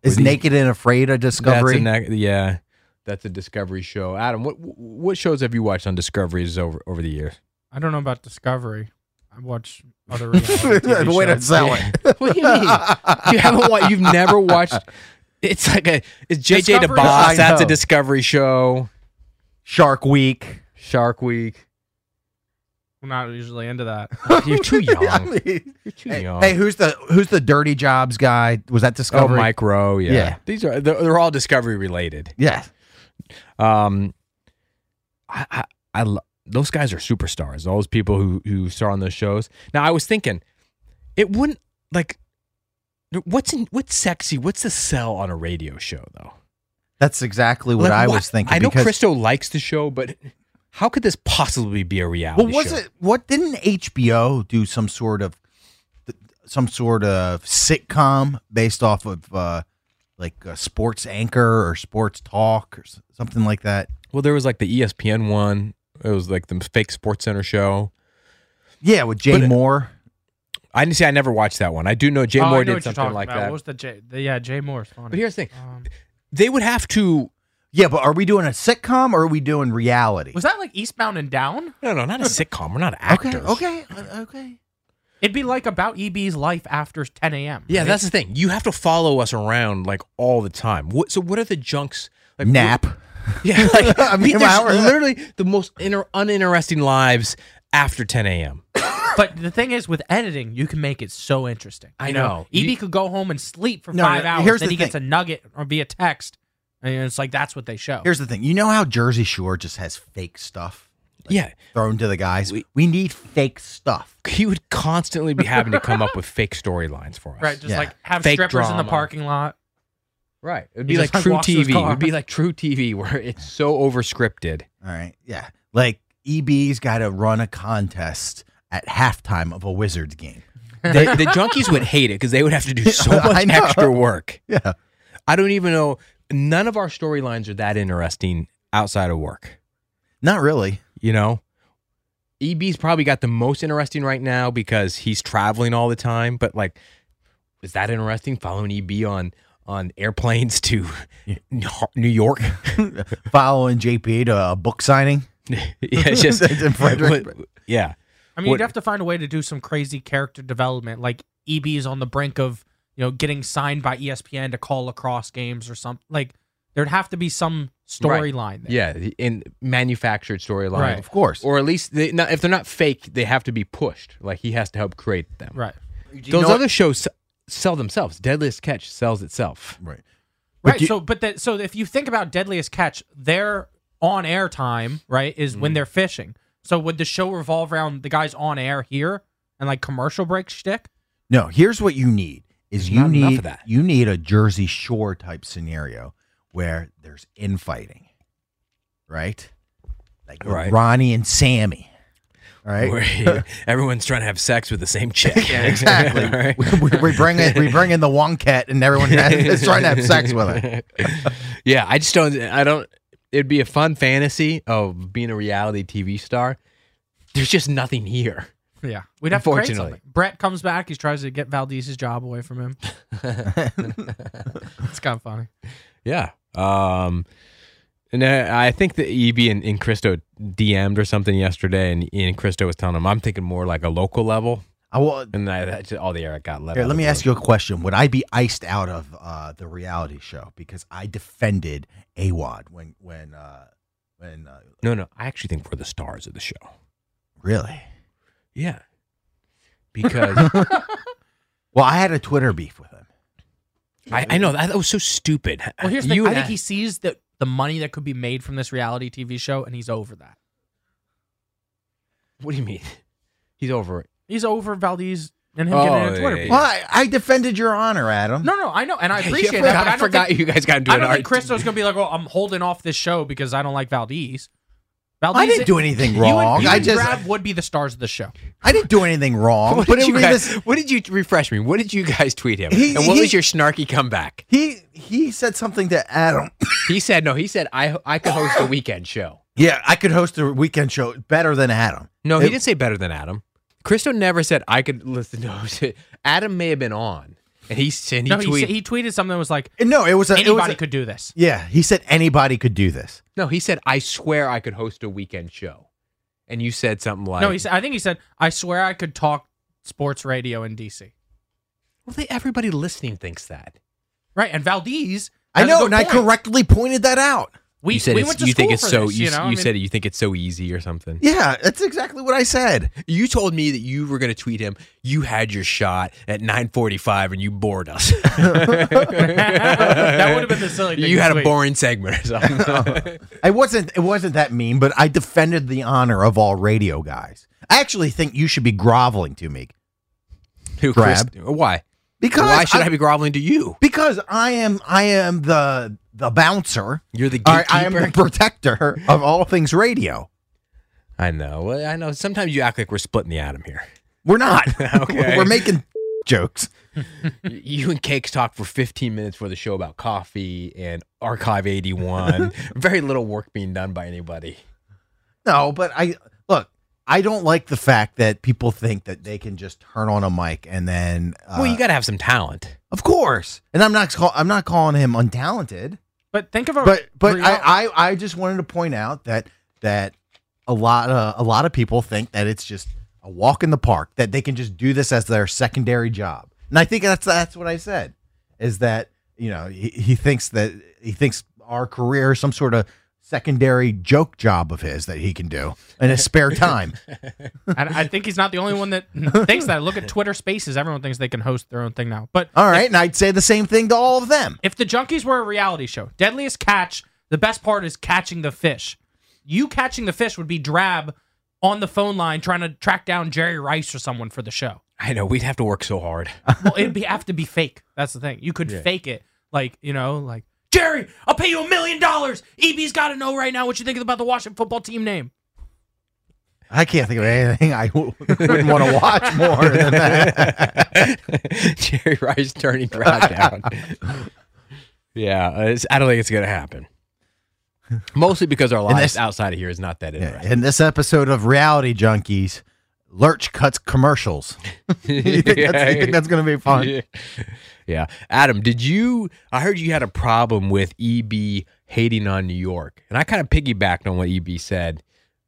D: is
C: With
D: Naked and Afraid a discovery?
C: That's a, ne- yeah, that's a Discovery show. Adam, what what shows have you watched on Discoveries over over the years?
E: I don't know about Discovery. I watch other reality TV
D: Way to
E: shows.
D: sell it.
C: What do you mean? you haven't watched? You've never watched? It's like a it's JJ the
E: Discovery-
C: Boss.
D: I
C: That's a
D: know.
C: Discovery show.
D: Shark Week.
C: Shark Week.
E: I'm not usually into that.
C: You're too young.
D: I mean,
C: You're too
D: hey,
C: young.
D: hey, who's the who's the Dirty Jobs guy? Was that
C: Oh,
D: Discovery?
C: micro, yeah.
D: Yeah.
C: These are they're, they're all discovery related.
D: Yeah.
C: Um, I, I, I lo- those guys are superstars. All those people who who star on those shows. Now I was thinking, it wouldn't like, what's in, what's sexy? What's the sell on a radio show though?
D: That's exactly what
C: Like,
D: I was thinking.
C: I know
D: because,
C: Christo likes the show, but how could this possibly be a reality?
D: Well, was
C: show?
D: it what didn't HBO do some sort of some sort of sitcom based off of uh like a sports anchor or sports talk or s- something like that?
C: Well, there was like the E ESPN one. It was like the fake Sports Center show.
D: Yeah, with Jay
C: But it-
D: Moore.
C: I didn't see. I never watched that one. I do know Jay
E: Oh, I know
C: Moore
E: what you're
C: did something
E: talking
C: like
E: about.
C: that.
E: What was the J? The, yeah, Jay Moore's funny.
C: But here's the thing.
E: Um,
C: they would have to
D: Yeah, but are we doing a sitcom or are we doing reality?
E: was that like Eastbound and Down?
C: no no not a sitcom we're not
D: okay,
C: actors
D: okay, uh, okay.
E: It'd be like about EB's life after 10 a.m.
C: yeah
E: right?
C: that's the thing you have to follow us around like all the time what, so what are the junks like what-
D: Nap.
C: yeah like
D: I mean,
C: we- there's
D: our-
C: literally the most inter- uninteresting lives after 10 a.m
E: But the thing is, with editing, you can make it so interesting.
C: I
E: You
C: know.
E: EB
C: You-
E: could go home and sleep for
D: No,
E: five
D: no,
E: hours.
D: here's
E: then
D: the
E: he gets a
D: thing.
E: nugget or via text, and it's like that's what they show.
D: Here's the thing. You know how Jersey Shore just has fake stuff
C: yeah
D: thrown to the guys? We, need fake stuff.
C: he would constantly be having to come up with fake storylines for us
E: right, just
D: Yeah.
E: like have
C: Fake
E: strippers in
C: drama.
E: the parking lot.
C: right it'd
E: He
C: be like
E: just, like,
C: true
E: walks to his
C: tv
E: car.
C: it'd be like true tv where it's so overscripted
D: All right. Yeah. Like EB's got to run a contest at halftime of a Wizards game.
C: the, the junkies would hate it because they would have to do so
D: I
C: much
D: know.
C: extra work
D: Yeah.
C: I don't even know. None of our storylines are that interesting outside of work.
D: Not really.
C: You know, EB's probably got the most interesting right now because he's traveling all the time. But like, is that interesting? Following EB on on airplanes to New York?
D: Following JP to a book signing.
C: yeah, it's just
D: That's in Frederick.
C: What- yeah.
E: I mean,
C: What-
E: E you'd have to find a way to do some crazy character development, like EB is on the brink of you know, getting signed by E ESPN to call lacrosse games or something. Like there'd have to be some storyline there.
C: Yeah, the- in manufactured storyline,
E: Right.
D: Of course.
C: or at least they, not, if they're not fake, they have to be pushed. Like he has to help create them.
E: Right.
C: Those other shows s- sell themselves. Deadliest Catch sells itself.
D: right.
E: right. so, but that, so if you think about Deadliest Catch, their on air time, right, is when they're fishing. So would the show revolve around the guys on air here and like commercial break shtick?
D: No, here's what you need is you
C: not enough of
D: need
C: that.
D: you need a Jersey Shore type scenario where there's infighting, right? Like with
C: Right.
D: Ronnie and Sammy, right?
C: Where everyone's trying to have sex with the same chick.
D: yeah, exactly.
C: Right?
D: we, we- we bring it. We bring in the wonket, and everyone has, is trying to have sex with her.
C: yeah, I just don't. I don't. It'd be a fun fantasy of being a reality TV star. There's just nothing here.
E: Yeah, we'd have to create
C: Unfortunately.
E: something. Brett comes back. He tries to get Valdez's job away from him. it's kind of funny.
C: Yeah. Um, and uh, I think that EB and, and Christo DM'd or something yesterday, and, and Christo was telling him, I'm thinking more like a local level.
D: I will.
C: And I, that's just all the air I got left.
D: Here, let me ask you a question. Would I be iced out of uh, the reality show because I defended Awad when when uh, when uh,
C: No, no. I actually think we're the stars of the show.
D: really?
C: Yeah. Because
D: Well, I had a Twitter beef with him.
C: I, I know that, that was so stupid.
E: Well, here's the
C: You
E: thing. I
C: and
E: think he sees that the money that could be made from this reality TV show, and he's over that.
C: What do you mean? He's over it.
E: He's over Valdez and him
C: Oh,
E: getting a Twitter
C: yeah,
E: beef.
C: yeah.
D: Well, I, I defended your honor, Adam.
E: No, no, I know, and I
C: Yeah,
E: appreciate
C: yeah,
E: that. But I
C: I,
E: don't
C: forgot
E: think,
C: you guys got into
E: I
C: an
E: don't think
C: art-
E: Christo's gonna be like, "Well, I'm holding off this show because I don't like Valdez." Valdez
D: I didn't do anything
E: You
D: wrong.
E: and, you
D: I
E: and
D: just
E: Brad would be the stars of the show.
D: I didn't do anything wrong.
C: What
D: but
C: did,
D: it
C: you
D: would be
C: guys,
D: this,
C: what did you refresh me? What did you guys tweet him?
D: He-
C: and what
D: he-
C: was your snarky comeback?
D: he he said something to Adam.
C: He said, "No." He said, "I I could host a weekend show."
D: yeah, I could host a weekend show better than Adam.
C: No, he
D: It-
C: didn't say better than Adam. Christo never said I could listen to host it. Adam may have been on, and he and he
E: no, he,
C: tweeted.
E: said- he tweeted something that was like,
D: No, it was a, it was
E: "Anybody
D: a-
E: could do this."
D: Yeah, he said anybody could do this.
C: no, he said I swear I could host a weekend show, and you said something like,
E: No, he said. I think he said, "I swear I could talk sports radio in DC."
C: Well, they, everybody listening thinks that.
E: Right, and Valdez.
D: I
E: has a
D: know,
E: good
D: and I
E: point.
D: correctly pointed that out.
E: We,
C: you said
E: we
C: it's-
E: went to
C: you think
E: school
C: it's
E: for
C: so
E: this,
C: you,
E: you
C: s-
E: know. I
C: you
E: mean,
C: said you think it's so easy or something.
D: Yeah, that's exactly what I said.
C: You told me that you were going to tweet him. You had your shot at 9:45, and you bored us.
E: that would have been the silly thing.
C: you
E: to
C: had a
E: tweet.
C: boring segment or something.
D: I wasn't. It wasn't that mean, but I defended the honor of all radio guys. I actually think you should be groveling to me
C: Who
D: Grab.
C: Chris- why?
D: because
C: why should I, be groveling to you?
D: Because I am. I am the the bouncer.
C: You're the
D: I, I am the
C: gatekeeper.
D: protector of all things radio.
C: I know. Well, I know. Sometimes you act like we're splitting the atom here.
D: We're not.
C: Okay.
D: We're making jokes.
C: you and Cakes talked for 15 minutes for the show about coffee and Archive 81. Very little work being done by anybody.
D: No, but I look. I don't like the fact that people think that they can just turn on a mic and then. Uh,
C: well, you got to have some talent.
D: Of course, and I'm not call, I'm not calling him untalented,
E: But think of a
D: but but
E: real-
D: I, I I just wanted to point out that that a lot of a lot of people think that it's just a walk in the park that they can just do this as their secondary job, and I think that's that's what I said is that you know he, he thinks that he thinks our career is some sort of secondary joke job of his that he can do in his spare time.
E: and I think he's not the only one that thinks that. Look at Twitter Spaces; everyone thinks they can host their own thing now. But
D: All right, and I'd say the same thing to all of them.
E: if the Junkies were a reality show, Deadliest Catch, the best part is catching the fish. You catching the fish would be drab on the phone line trying to track down Jerry Rice or someone for the show.
C: I know. We'd have to work so hard.
E: Well, it'd be have to be fake. That's the thing. You could fake it, like you know, like Jerry, I'll pay you a million dollars. EB's got to know right now what you think about the Washington football team name.
D: I can't think of anything I w- wouldn't want to watch more than that.
C: Jerry Rice turning crowd down. yeah, it's, I don't think it's going to happen. Mostly because our lives
D: this-
C: outside of here is not that interesting.
D: In this episode of Reality Junkies, Lurch cuts commercials. you, think that's, you think that's going to be fun?
C: Yeah. yeah. Adam, did you? I heard you had a problem with EB hating on New York. And I kind of piggybacked on what EB said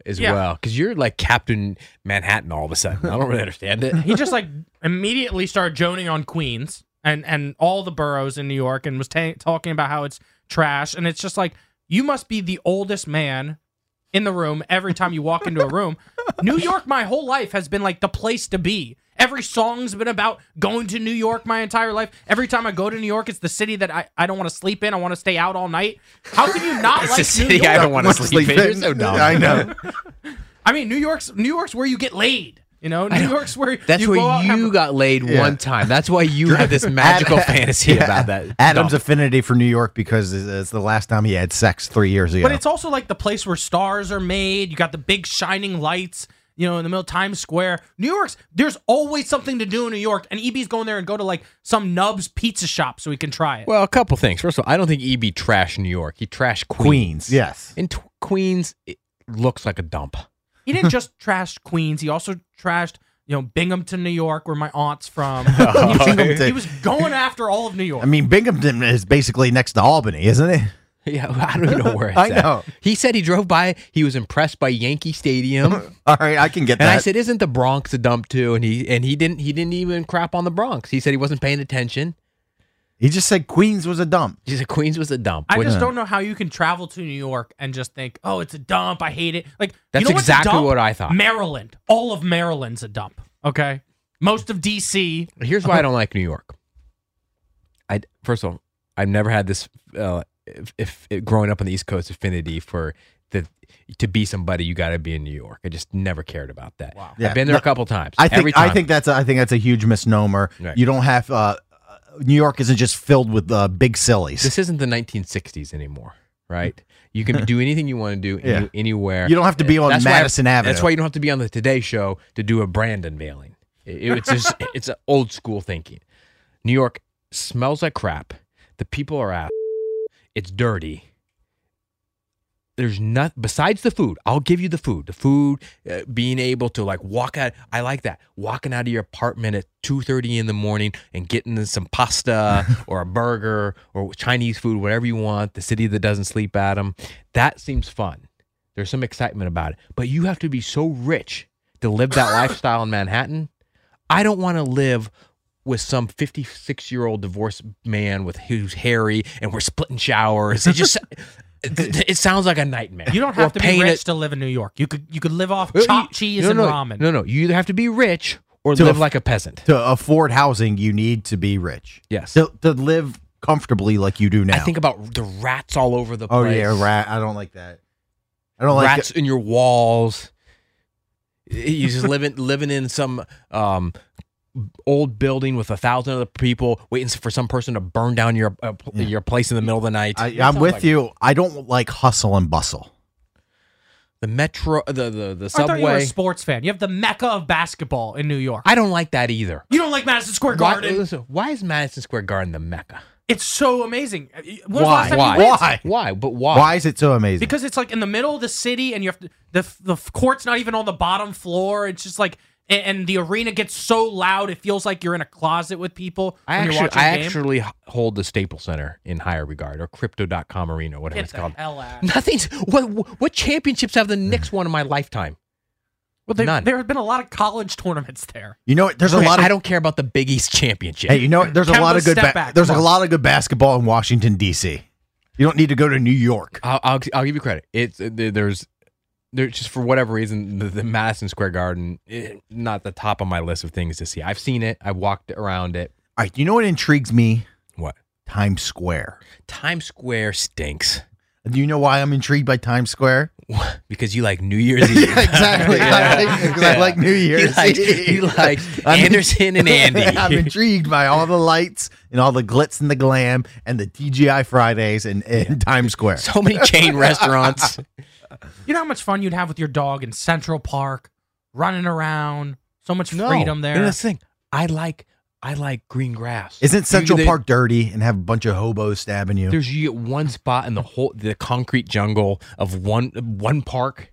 C: as
E: Yeah.
C: well. Because you're like Captain Manhattan all of a sudden. I don't really understand it.
E: He just like immediately started joning on Queens. and and all the boroughs in New York and was ta- talking about how it's trash and it's just like you must be the oldest man in the room every time you walk into a room. New York my whole life has been like the place to be. Every song's been about going to New York my entire life. Every time I go to New York, it's the city that I, I don't want to sleep in. I want to stay out all night. How can you not like New York?
C: I don't want to sleep in. You're so dumb.
D: I know.
E: I mean, New York's New York's where you get laid. You know, New York's where
C: That's
E: you go out
C: where
E: and have
C: you
E: a-
C: got laid one time. That's why you had this magical fantasy about that.
D: Adam's
C: dump.
D: affinity for New York because it's- it's the last time he had sex three years ago.
E: But it's also like the place where stars are made. You got the big shining lights, you know, in the middle of Times Square. New York's there's always something to do in New York, and EB's going there and go to like some Nubs pizza shop so he can try it.
C: well, a couple things. First of all, I don't think EB trashed New York. He trashed Queens.
D: Queens. Yes.
C: And t- Queens it looks like a dump.
E: He didn't just trash Queens, he also trashed, you know, Binghamton, New York, where my aunt's from.
D: Binghamton.
E: he was going after all of New York.
D: I mean, Binghamton is basically next to Albany, isn't it?
C: Yeah, I don't even know where it's
D: I
C: at.
D: know.
C: He said he drove by. He was impressed by Yankee Stadium, and
D: All right, I can get that.
C: I said, "Isn't the Bronx a dump too?" And he and he didn't he didn't even crap on the Bronx. He said he wasn't paying attention.
D: he just said Queens was a dump.
C: He said Queens was a dump.
E: I
C: which-
E: just don't know how you can travel to New York and just think, "Oh, it's a dump. I hate it." Like you
C: That's
E: know what's a
C: exactly
E: dump?
C: what I thought.
E: Maryland, all of Maryland's a dump. Okay, most of DC.
C: Here's
D: Uh-huh.
C: why I don't like New York. I first of all, I've never had this. Uh, if, if, growing up on the East Coast, affinity for the to be somebody, you got to be in New York. I just never cared about that. Wow.
D: Yeah.
C: I've been there a
D: No,
C: couple times.
D: I think
C: Every time.
D: I think that's a, I think that's a huge misnomer.
C: Right.
D: You don't have uh, uh, New York isn't just filled with uh, big sillies.
C: this isn't the 1960s anymore, right? You can do anything you want to do any,
D: Mm. Yeah.
C: anywhere.
D: You don't have to be on
C: why-
D: Madison Avenue.
C: That's why you don't have to be on the Today Show to do a brand unveiling. It- it's just it's a old school thinking. New York smells like crap. The people are out. It's dirty. There's not besides the food. I'll give you the food. The food, uh, being able to like walk out. I like that walking out of your apartment at two thirty in the morning and getting some pasta or a burger or Chinese food, whatever you want. The city that doesn't sleep, Adam. That seems fun. There's some excitement about it, but you have to be so rich to live that lifestyle in Manhattan. I don't want to live with some 56 year old divorced man with who's hairy and we're splitting showers. It just it, it sounds like a nightmare.
E: You don't
C: Or
E: have to be
C: paying
E: rich
C: it-
E: to live in New York. You could you could live off
C: Uh,
E: chopped
C: you-
E: cheese
C: no,
E: and
C: no,
E: ramen.
C: No, no, you either have to be rich or
D: To
C: live
D: a-
C: like a peasant.
D: to afford housing, you need to be rich.
C: Yes.
D: To, to live comfortably like you do now.
C: I think about the rats all over the
D: oh
C: place.
D: yeah, rat. I don't like that. I don't like
C: rats in your walls. You just living living in some um, old building with a thousand other people, waiting for some person to burn down your uh, pl- your place in the middle of the night.
D: I, I'm with you. I don't like hustle and bustle.
C: the metro, the the, the
E: I thought you were a
C: subway.
E: sports fan. You have the mecca of basketball in New York.
C: I don't like that either.
E: you don't like Madison Square
C: Why, uh,
E: Garden.
C: listen, why is Madison Square Garden the mecca?
E: it's so amazing. When's the
C: Why?
E: last time you
C: Why?
E: went?
D: Why?
C: Why? But why?
D: Why, is it so amazing?
E: Because it's like in the middle of the city, and you have to, the the court's not even on the bottom floor. It's just like. And and the arena gets so loud, it feels like you're in a closet with people.
C: I
E: when
C: actually,
E: you're watching
C: I
E: a game.
C: actually h- hold the Staples Center in higher regard, or Crypto.com Arena, whatever
E: get
C: it's
E: the
C: called.
E: hell out.
C: Nothing's what what championships have the Knicks won in my lifetime?
E: Well, they,
C: None.
E: there have been a lot of college tournaments there.
D: you know, what? there's a
C: Okay,
D: lot of
C: I don't care about the Big East championship.
D: Hey, you know, what? there's a
E: Kemba,
D: lot of good.
E: step
D: Ba-
E: back.
D: There's
E: Come
D: a
E: on.
D: lot of good basketball in Washington D.C. You don't need to go to New York.
C: I'll, I'll I'll give you credit. It's uh, there- there's there just for whatever reason the, the Madison Square Garden eh, not the top of my list of things to see. I've seen it. I've walked around it.
D: All right, you know what intrigues me?
C: What
D: Times Square.
C: Times Square stinks
D: Do you know why I'm intrigued by Times Square?
C: because you like New Year's Eve.
D: exactly. I like, 'cause I
C: Yeah.
D: like New
C: He
D: Year's.
C: likes,
D: Eve.
C: he likes
D: I'm-
C: Anderson and
D: I'm
C: Andy.
D: intrigued by all the lights and all the glitz and the glam and the TGI Fridays and, and Times Square.
C: so many chain restaurants.
E: You know how much fun you'd have with your dog in Central Park, running around, so much
C: No.
E: freedom
C: And
E: there.
C: that's the thing. I like I like green grass.
D: Isn't Central
C: They-
D: Park dirty and have a bunch of hobos stabbing you?
C: There's you get one spot in the whole the concrete jungle of one one park.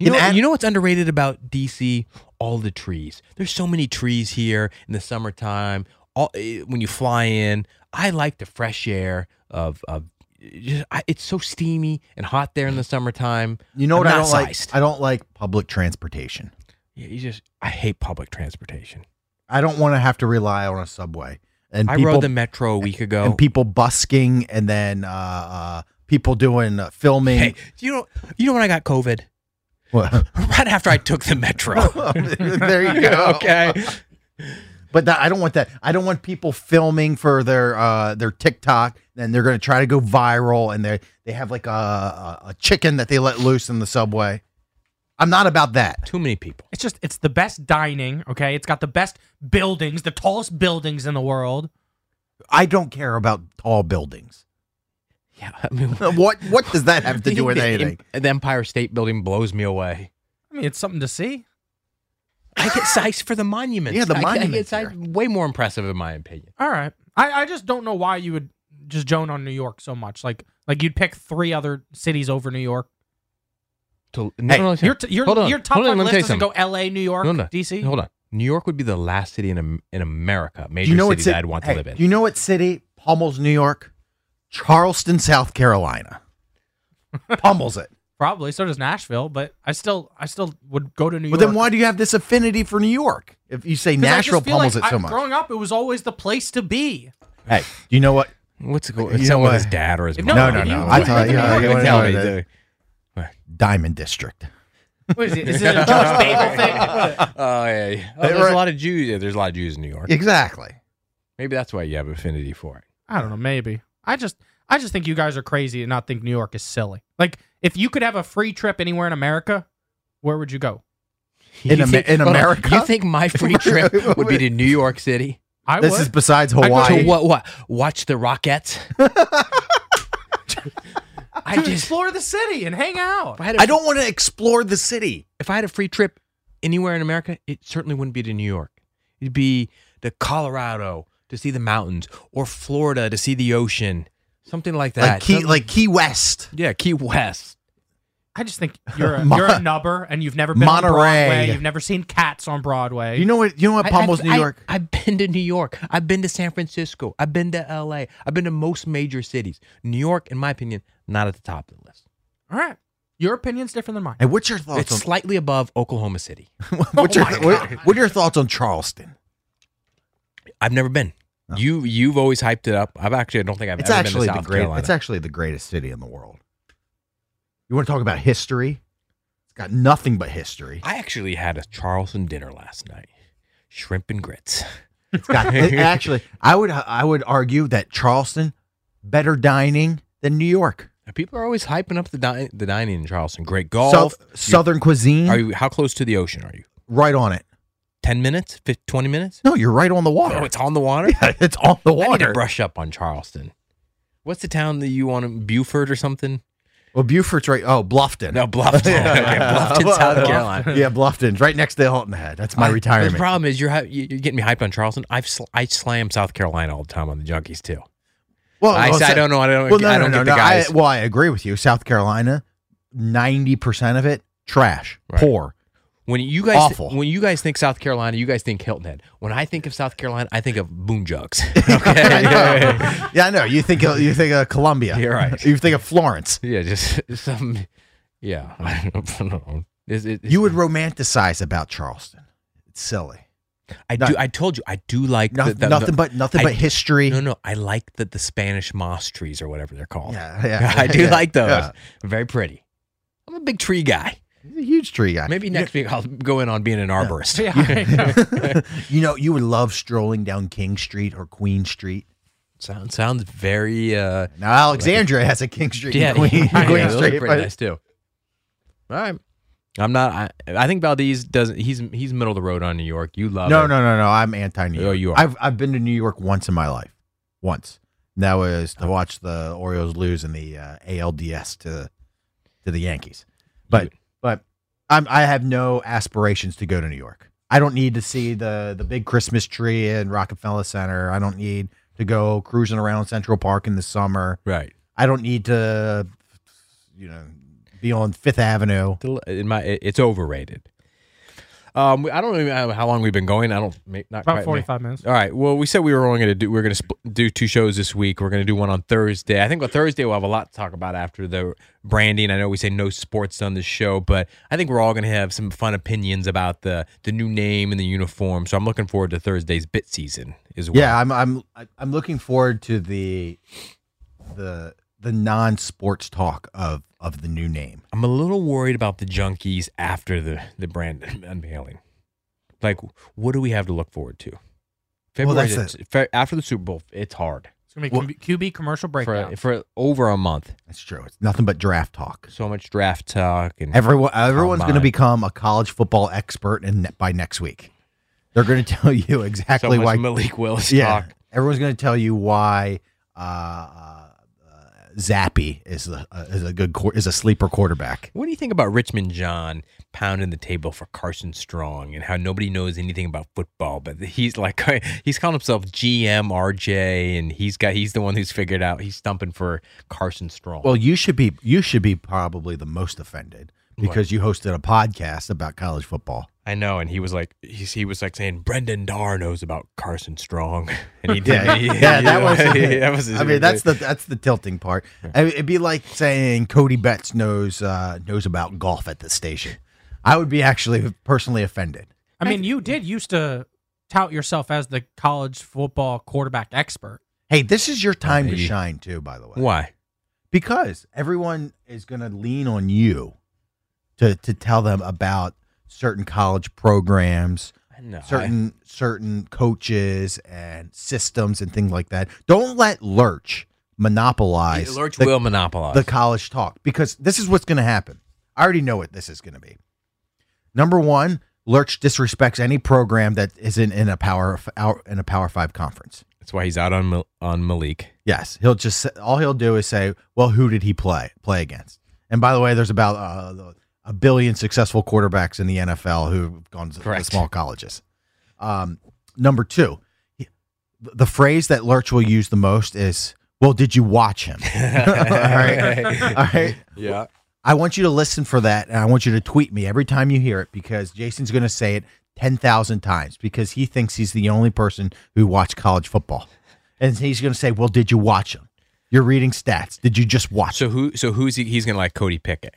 C: You
D: In
C: know,
D: Ad-
C: you know what's underrated about DC? All the trees. There's so many trees here in the summertime. All eh, when you fly in, I like the fresh air of of. Just, I, it's so steamy and hot there in the summertime.
D: You know
C: I'm
D: what I
C: not
D: don't
C: sized.
D: like? I don't like public transportation.
C: Yeah, you just I hate public transportation.
D: I don't want to have to rely on a subway. and
C: I
D: people-
C: rode the metro a week ago.
D: and people busking and then uh, uh, people doing uh, filming.
C: hey, you know, you know when I got COVID?
D: Well,
C: Right after I took the metro.
D: there you go.
C: okay.
D: But that, I don't want that. I don't want people filming for their uh, their TikTok. Then they're going to try to go viral, and they they have like a, a a chicken that they let loose in the subway. I'm not about that.
C: Too many people.
E: It's just it's the best dining. Okay, it's got the best buildings, the tallest buildings in the world.
D: I don't care about tall buildings.
C: Yeah. I mean,
D: What what does that have to do with
C: the-
D: anything?
C: The Empire State Building blows me away.
E: I mean, it's something to see.
C: I get size for the monuments.
D: Yeah, the
C: I get- I get
D: monuments
C: size-
D: here.
C: way more impressive in my opinion.
E: All right, I, I just don't know why you would just zone on New York so much. Like like you'd pick three other cities over New York.
C: To,
D: Hey,
E: Your t- your
C: hold on.
E: your top
C: hold on,
E: five
C: let me
E: list
C: tell you
E: doesn't
C: something.
E: go L.A., New York,
C: No, no.
E: D.C.
C: Hold on. New York would be the last city in Am- in America, major
D: Do you know what
C: city that I'd
D: city?
C: want
D: hey,
C: to live in.
D: do you know what city pummels New York? Charleston, South Carolina. pummels it.
E: Probably so does Nashville, but I still I still would go to New
D: Well,
E: York.
D: then why do you have this affinity for New York? If you say
E: 'Cause I
D: Nashville
E: just feel
D: pummels
E: like
D: it so
E: I-
D: much.
E: Growing up, it was always the place to be.
D: hey, do you know what?
C: What's going?
D: You know
C: It's someone
D: what?
C: his dad or his
E: If-
C: mom.
E: no,
D: No, no,
E: if you-
D: no.
E: if
D: I
E: you
D: thought
E: live in
D: yeah,
E: New York,
D: you wanna
C: tell
D: know
C: me.
D: that-
C: dude.
D: Diamond District.
E: What is it? Is it a George Babel thing?
C: Oh yeah, yeah. Oh,
D: Hey,
C: there's
D: right.
C: a lot of Jews. Yeah, there's a lot of Jews in New York.
D: Exactly.
C: Maybe that's why you have affinity for it.
E: I don't know. Maybe I just I just think you guys are crazy to not think New York is silly. Like if you could have a free trip anywhere in America, where would you go?
D: In
C: You
D: Ama-
C: think-
D: in
C: hold on.
D: America?
C: you think my free trip would be to New York City?
E: I
D: this
E: would.
D: is besides
E: go to
D: Hawaii.
C: To
E: I-
C: what? What? Watch the Rockettes. I
E: to
C: just.
E: explore the city and hang out.
C: If I, had a,
D: I don't want to explore the city.
C: If I had a free trip anywhere in America, it certainly wouldn't be to New York. It'd be to Colorado to see the mountains, or Florida to see the ocean, something like that.
D: like Key,
C: Some-
D: like Key West.
C: yeah, Key West.
E: I just think you're a,
D: Mon-
E: you're a nubber and you've never been
D: Monterey.
E: on Broadway. You've never seen cats on Broadway.
D: You know what? You know what
C: I-
D: pummels
C: I-
D: New
C: I-
D: York?
C: I've been to New York. I've been to San Francisco. I've been to L.A. I've been to most major cities. New York, in my opinion, not at the top of the list.
E: All right. Your opinion's different than mine.
D: And what's your thoughts
C: It's
D: on
C: slightly above Oklahoma City.
D: what's your,
E: Oh my
D: what,
E: God.
D: what are your thoughts on Charleston?
C: I've never been. You you've always hyped it up. I've actually I don't think I've
D: It's
C: ever
D: actually
C: been to
D: the
C: South
D: great,
C: Carolina.
D: It's actually the greatest city in the world. You want to talk about history? It's got nothing but history.
C: I actually had a Charleston dinner last night. Shrimp and grits.
D: It's got it- actually. I would I would argue that Charleston better dining than New York.
C: People are always hyping up the di- the dining in Charleston. Great golf.
D: South- Southern cuisine,
C: Are you how close to the ocean are you?
D: right on it.
C: 10 minutes? 15, 20 minutes?
D: No, you're right on the water.
C: Oh, it's on the water.
D: Yeah, it's on the
C: I need to
D: water.
C: brush up on Charleston. What's the town that you want to Buford or something?
D: Well, Buford's right. Oh, Bluffton.
C: No, Bluffton. okay, Bluffton, South Carolina.
D: Yeah, Bluffton's right next to Hilton Head. That's my
C: I- The
D: retirement.
C: problem is you're hy- you- you're getting me hyped on Charleston. I've sl- I slam South Carolina all the time on the junkies too.
D: well,
C: I-
D: well,
C: I
D: so-
C: don't know. I don't-
D: Well, no,
C: I
D: no,
C: don't
D: no,
C: get the
D: no. I,
C: guys.
D: well, I agree with you. South Carolina, ninety percent of it trash,
C: Right.
D: poor.
C: When you guys
D: Awful.
C: when you guys think South Carolina, you guys think Hilton Head. When I think of South Carolina, I think of boon jugs. Okay. yeah,
D: yeah, I know. You think of, you think of Columbia.
C: You're right.
D: You think of Florence.
C: just some yeah. I don't know. It's- it-
D: You would romanticize about Charleston. It's silly.
C: I
D: no.
C: do I told you I do like
D: No,
C: the- the-
D: nothing
C: the-
D: but nothing
C: I-
D: but history.
C: No, no, I like the, the Spanish moss trees or whatever they're called.
D: Yeah, yeah,
C: I do
D: yeah,
C: like those.
D: yeah.
C: Very pretty. I'm a big tree guy.
D: He's a huge tree guy.
C: Maybe next week I'll go in on being an arborist.
E: Yeah.
D: you know, you would love strolling down King Street or Queen Street.
C: Sound, sounds very uh
D: Now Alexandria has a King Street
C: yeah,
D: and Queen,
C: yeah,
D: Queen
C: yeah, those are
D: Street.
C: pretty
D: but-
C: nice too. All right. I'm not I, I think Valdez doesn't he's he's middle of the road on New York. You love
D: No,
C: it.
D: no, no, no. I'm anti New York.
C: Oh, you are.
D: I've I've been to New York once in my life. Once. And that was to watch the Orioles lose in the uh, ALDS to to the Yankees. But but I'm I have no aspirations to go to New York. I don't need to see the the big Christmas tree in Rockefeller Center. I don't need to go cruising around Central Park in the summer.
C: Right.
D: I don't need to you know be on Fifth Avenue.
C: Del- in my it- it's overrated. Um, we- I don't even know how long we've been going. I don't ma- not
E: About
C: quite ma-
E: 45 minutes.
C: All right. Well, we said we were only going to do we are going to spl do two shows this week. We're going to do one on Thursday. I think on Thursday we'll have a lot to talk about after the branding. I know we say no sports on this show, but I think we're all going to have some fun opinions about the the new name and the uniform. So I'm looking forward to Thursday's bit season as well.
D: Yeah, I'm I'm I- I'm looking forward to the the the non-sports talk of of the new name.
C: I'm a little worried about the junkies after the the brand unveiling. Like, what do we have to look forward to?
D: Well,
C: February
D: that's
C: fe- after the Super Bowl, it's hard
E: It's going to be QB commercial breakdown.
C: for for over a month.
D: That's true. It's nothing but draft talk.
C: So much draft talk and
D: Everyone everyone's going to
C: Combine.
D: become a college football expert in ne- by next week. They're going to tell you
C: so
D: exactly
C: much
D: why
C: Malik Willis
D: Yeah.
C: talk.
D: Everyone's going to tell you why uh, uh, Zappy is the uh, is a good quar- is a sleeper quarterback.
C: What do you think about Richmond John pounding the table for Carson Strong and how nobody knows anything about football? But he's like he's calling himself GM RJ, and he's got he's the one who's figured out he's stumping for Carson Strong.
D: Well, you should be you should be probably the most offended because you hosted a podcast about college football.
C: I know, and he was like, he, he was like saying Brendan Dar knows about Carson Strong, and he did.
D: yeah, yeah, that was.
C: that was. his-
D: I mean, that's the that's the tilting part. I mean, it'd be like saying Cody Betts knows uh, knows about golf at the station. I would be actually personally offended.
E: I mean, you did used to tout yourself as the college football quarterback expert.
D: Hey, this is your time to
C: Hey.
D: shine too. By the way,
C: why.
D: because everyone is going to lean on you to to tell them about certain college programs,
C: No, I-
D: certain certain coaches and systems and things like that. Don't let Lurch monopolize
C: Lurch
D: the,
C: will monopolize.
D: the college talk because this is what's going to happen. I already know what this is going to be. Number one, Lurch disrespects any program that isn't in a power f- out in a Power Five conference.
C: that's why he's out on Mal- on Malik.
D: Yes, he'll just all he'll do is say, "Well, who did he play play against?" And by the way, there's about uh, a billion successful quarterbacks in the NFL who've gone to- to
C: Correct.
D: small colleges. Um, number two, he- the phrase that Lurch will use the most is, "Well, did you watch him?" all right, all right.
C: Yeah,
D: I want you to listen for that, and I want you to tweet me every time you hear it because Jason's going to say it ten thousand times because he thinks he's the only person who watched college football, and he's going to say, "Well, did you watch him? You're reading stats. Did you just watch?"
C: So who? So who's he? He's gonna like Cody Pickett,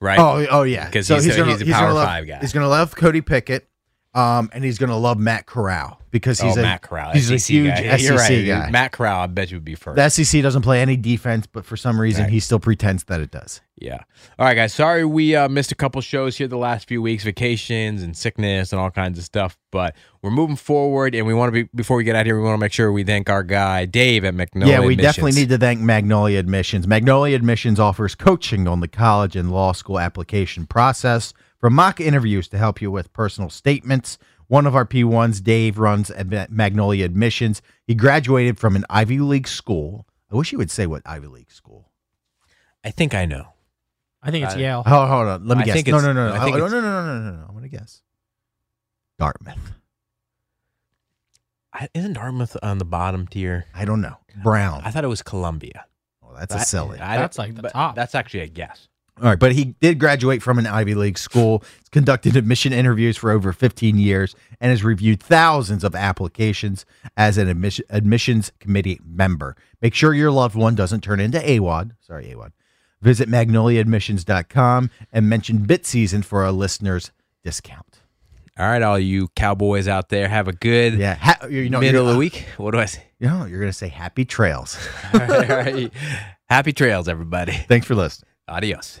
C: right?
D: oh, oh yeah,
C: 'Cause he's a- he's a Power
D: love,
C: Five guy.
D: He's going to love Cody Pickett, um, and he's going to love Matt Corral because he's
C: oh,
D: a
C: Matt Corral.
D: He's
C: SEC
D: a huge
C: guy. Yeah,
D: SEC
C: You're right.
D: guy.
C: Matt Corral, I bet you would be first.
D: the SEC doesn't play any defense, but for some reason
C: Right.
D: he still pretends that it does.
C: Yeah. All right, guys. Sorry we uh, missed a couple shows here the last few weeks, vacations and sickness and all kinds of stuff. But we're moving forward, and we want to be before we get out here. We want to make sure we thank our guy Dave at McNally.
D: yeah, we definitely need to thank Magnolia Admissions. Magnolia Admissions offers coaching on the college and law school application process from mock interviews to help you with personal statements. One of our P1s, Dave, runs at Magnolia Admissions. He graduated from an Ivy League school. I wish you would say what Ivy League school.
C: I think I know.
E: I think it's
C: Uh,
E: Yale.
D: Oh, hold on. Let me
C: I
D: guess.
C: think
D: No,
C: it's-
D: no, no, no.
C: I think
D: Oh, no,
C: it's-
D: no, no, no, no, no. I want to guess. Dartmouth.
C: I, isn't Dartmouth on the bottom tier?
D: I don't know. Brown.
C: I thought it was Columbia.
D: oh, that's a silly.
C: I-
E: That's like the
C: but
E: top.
C: That's actually a guess.
D: All right, but he did graduate from an Ivy League school, He's conducted admission interviews for over 15 years, and has reviewed thousands of applications as an admission, admissions committee member. Make sure your loved one doesn't turn into AWOD. Sorry, AWOD. Visit magnoliaadmissions.com and mention Bit Season for a listener's discount.
C: All right, all you cowboys out there, have a good
D: Yeah, ha- you know,
C: middle
D: you're,
C: of the week. What do I say?
D: You know, you're going to say happy trails.
C: All right, all right. Happy trails, everybody.
D: Thanks for listening.
C: Adios.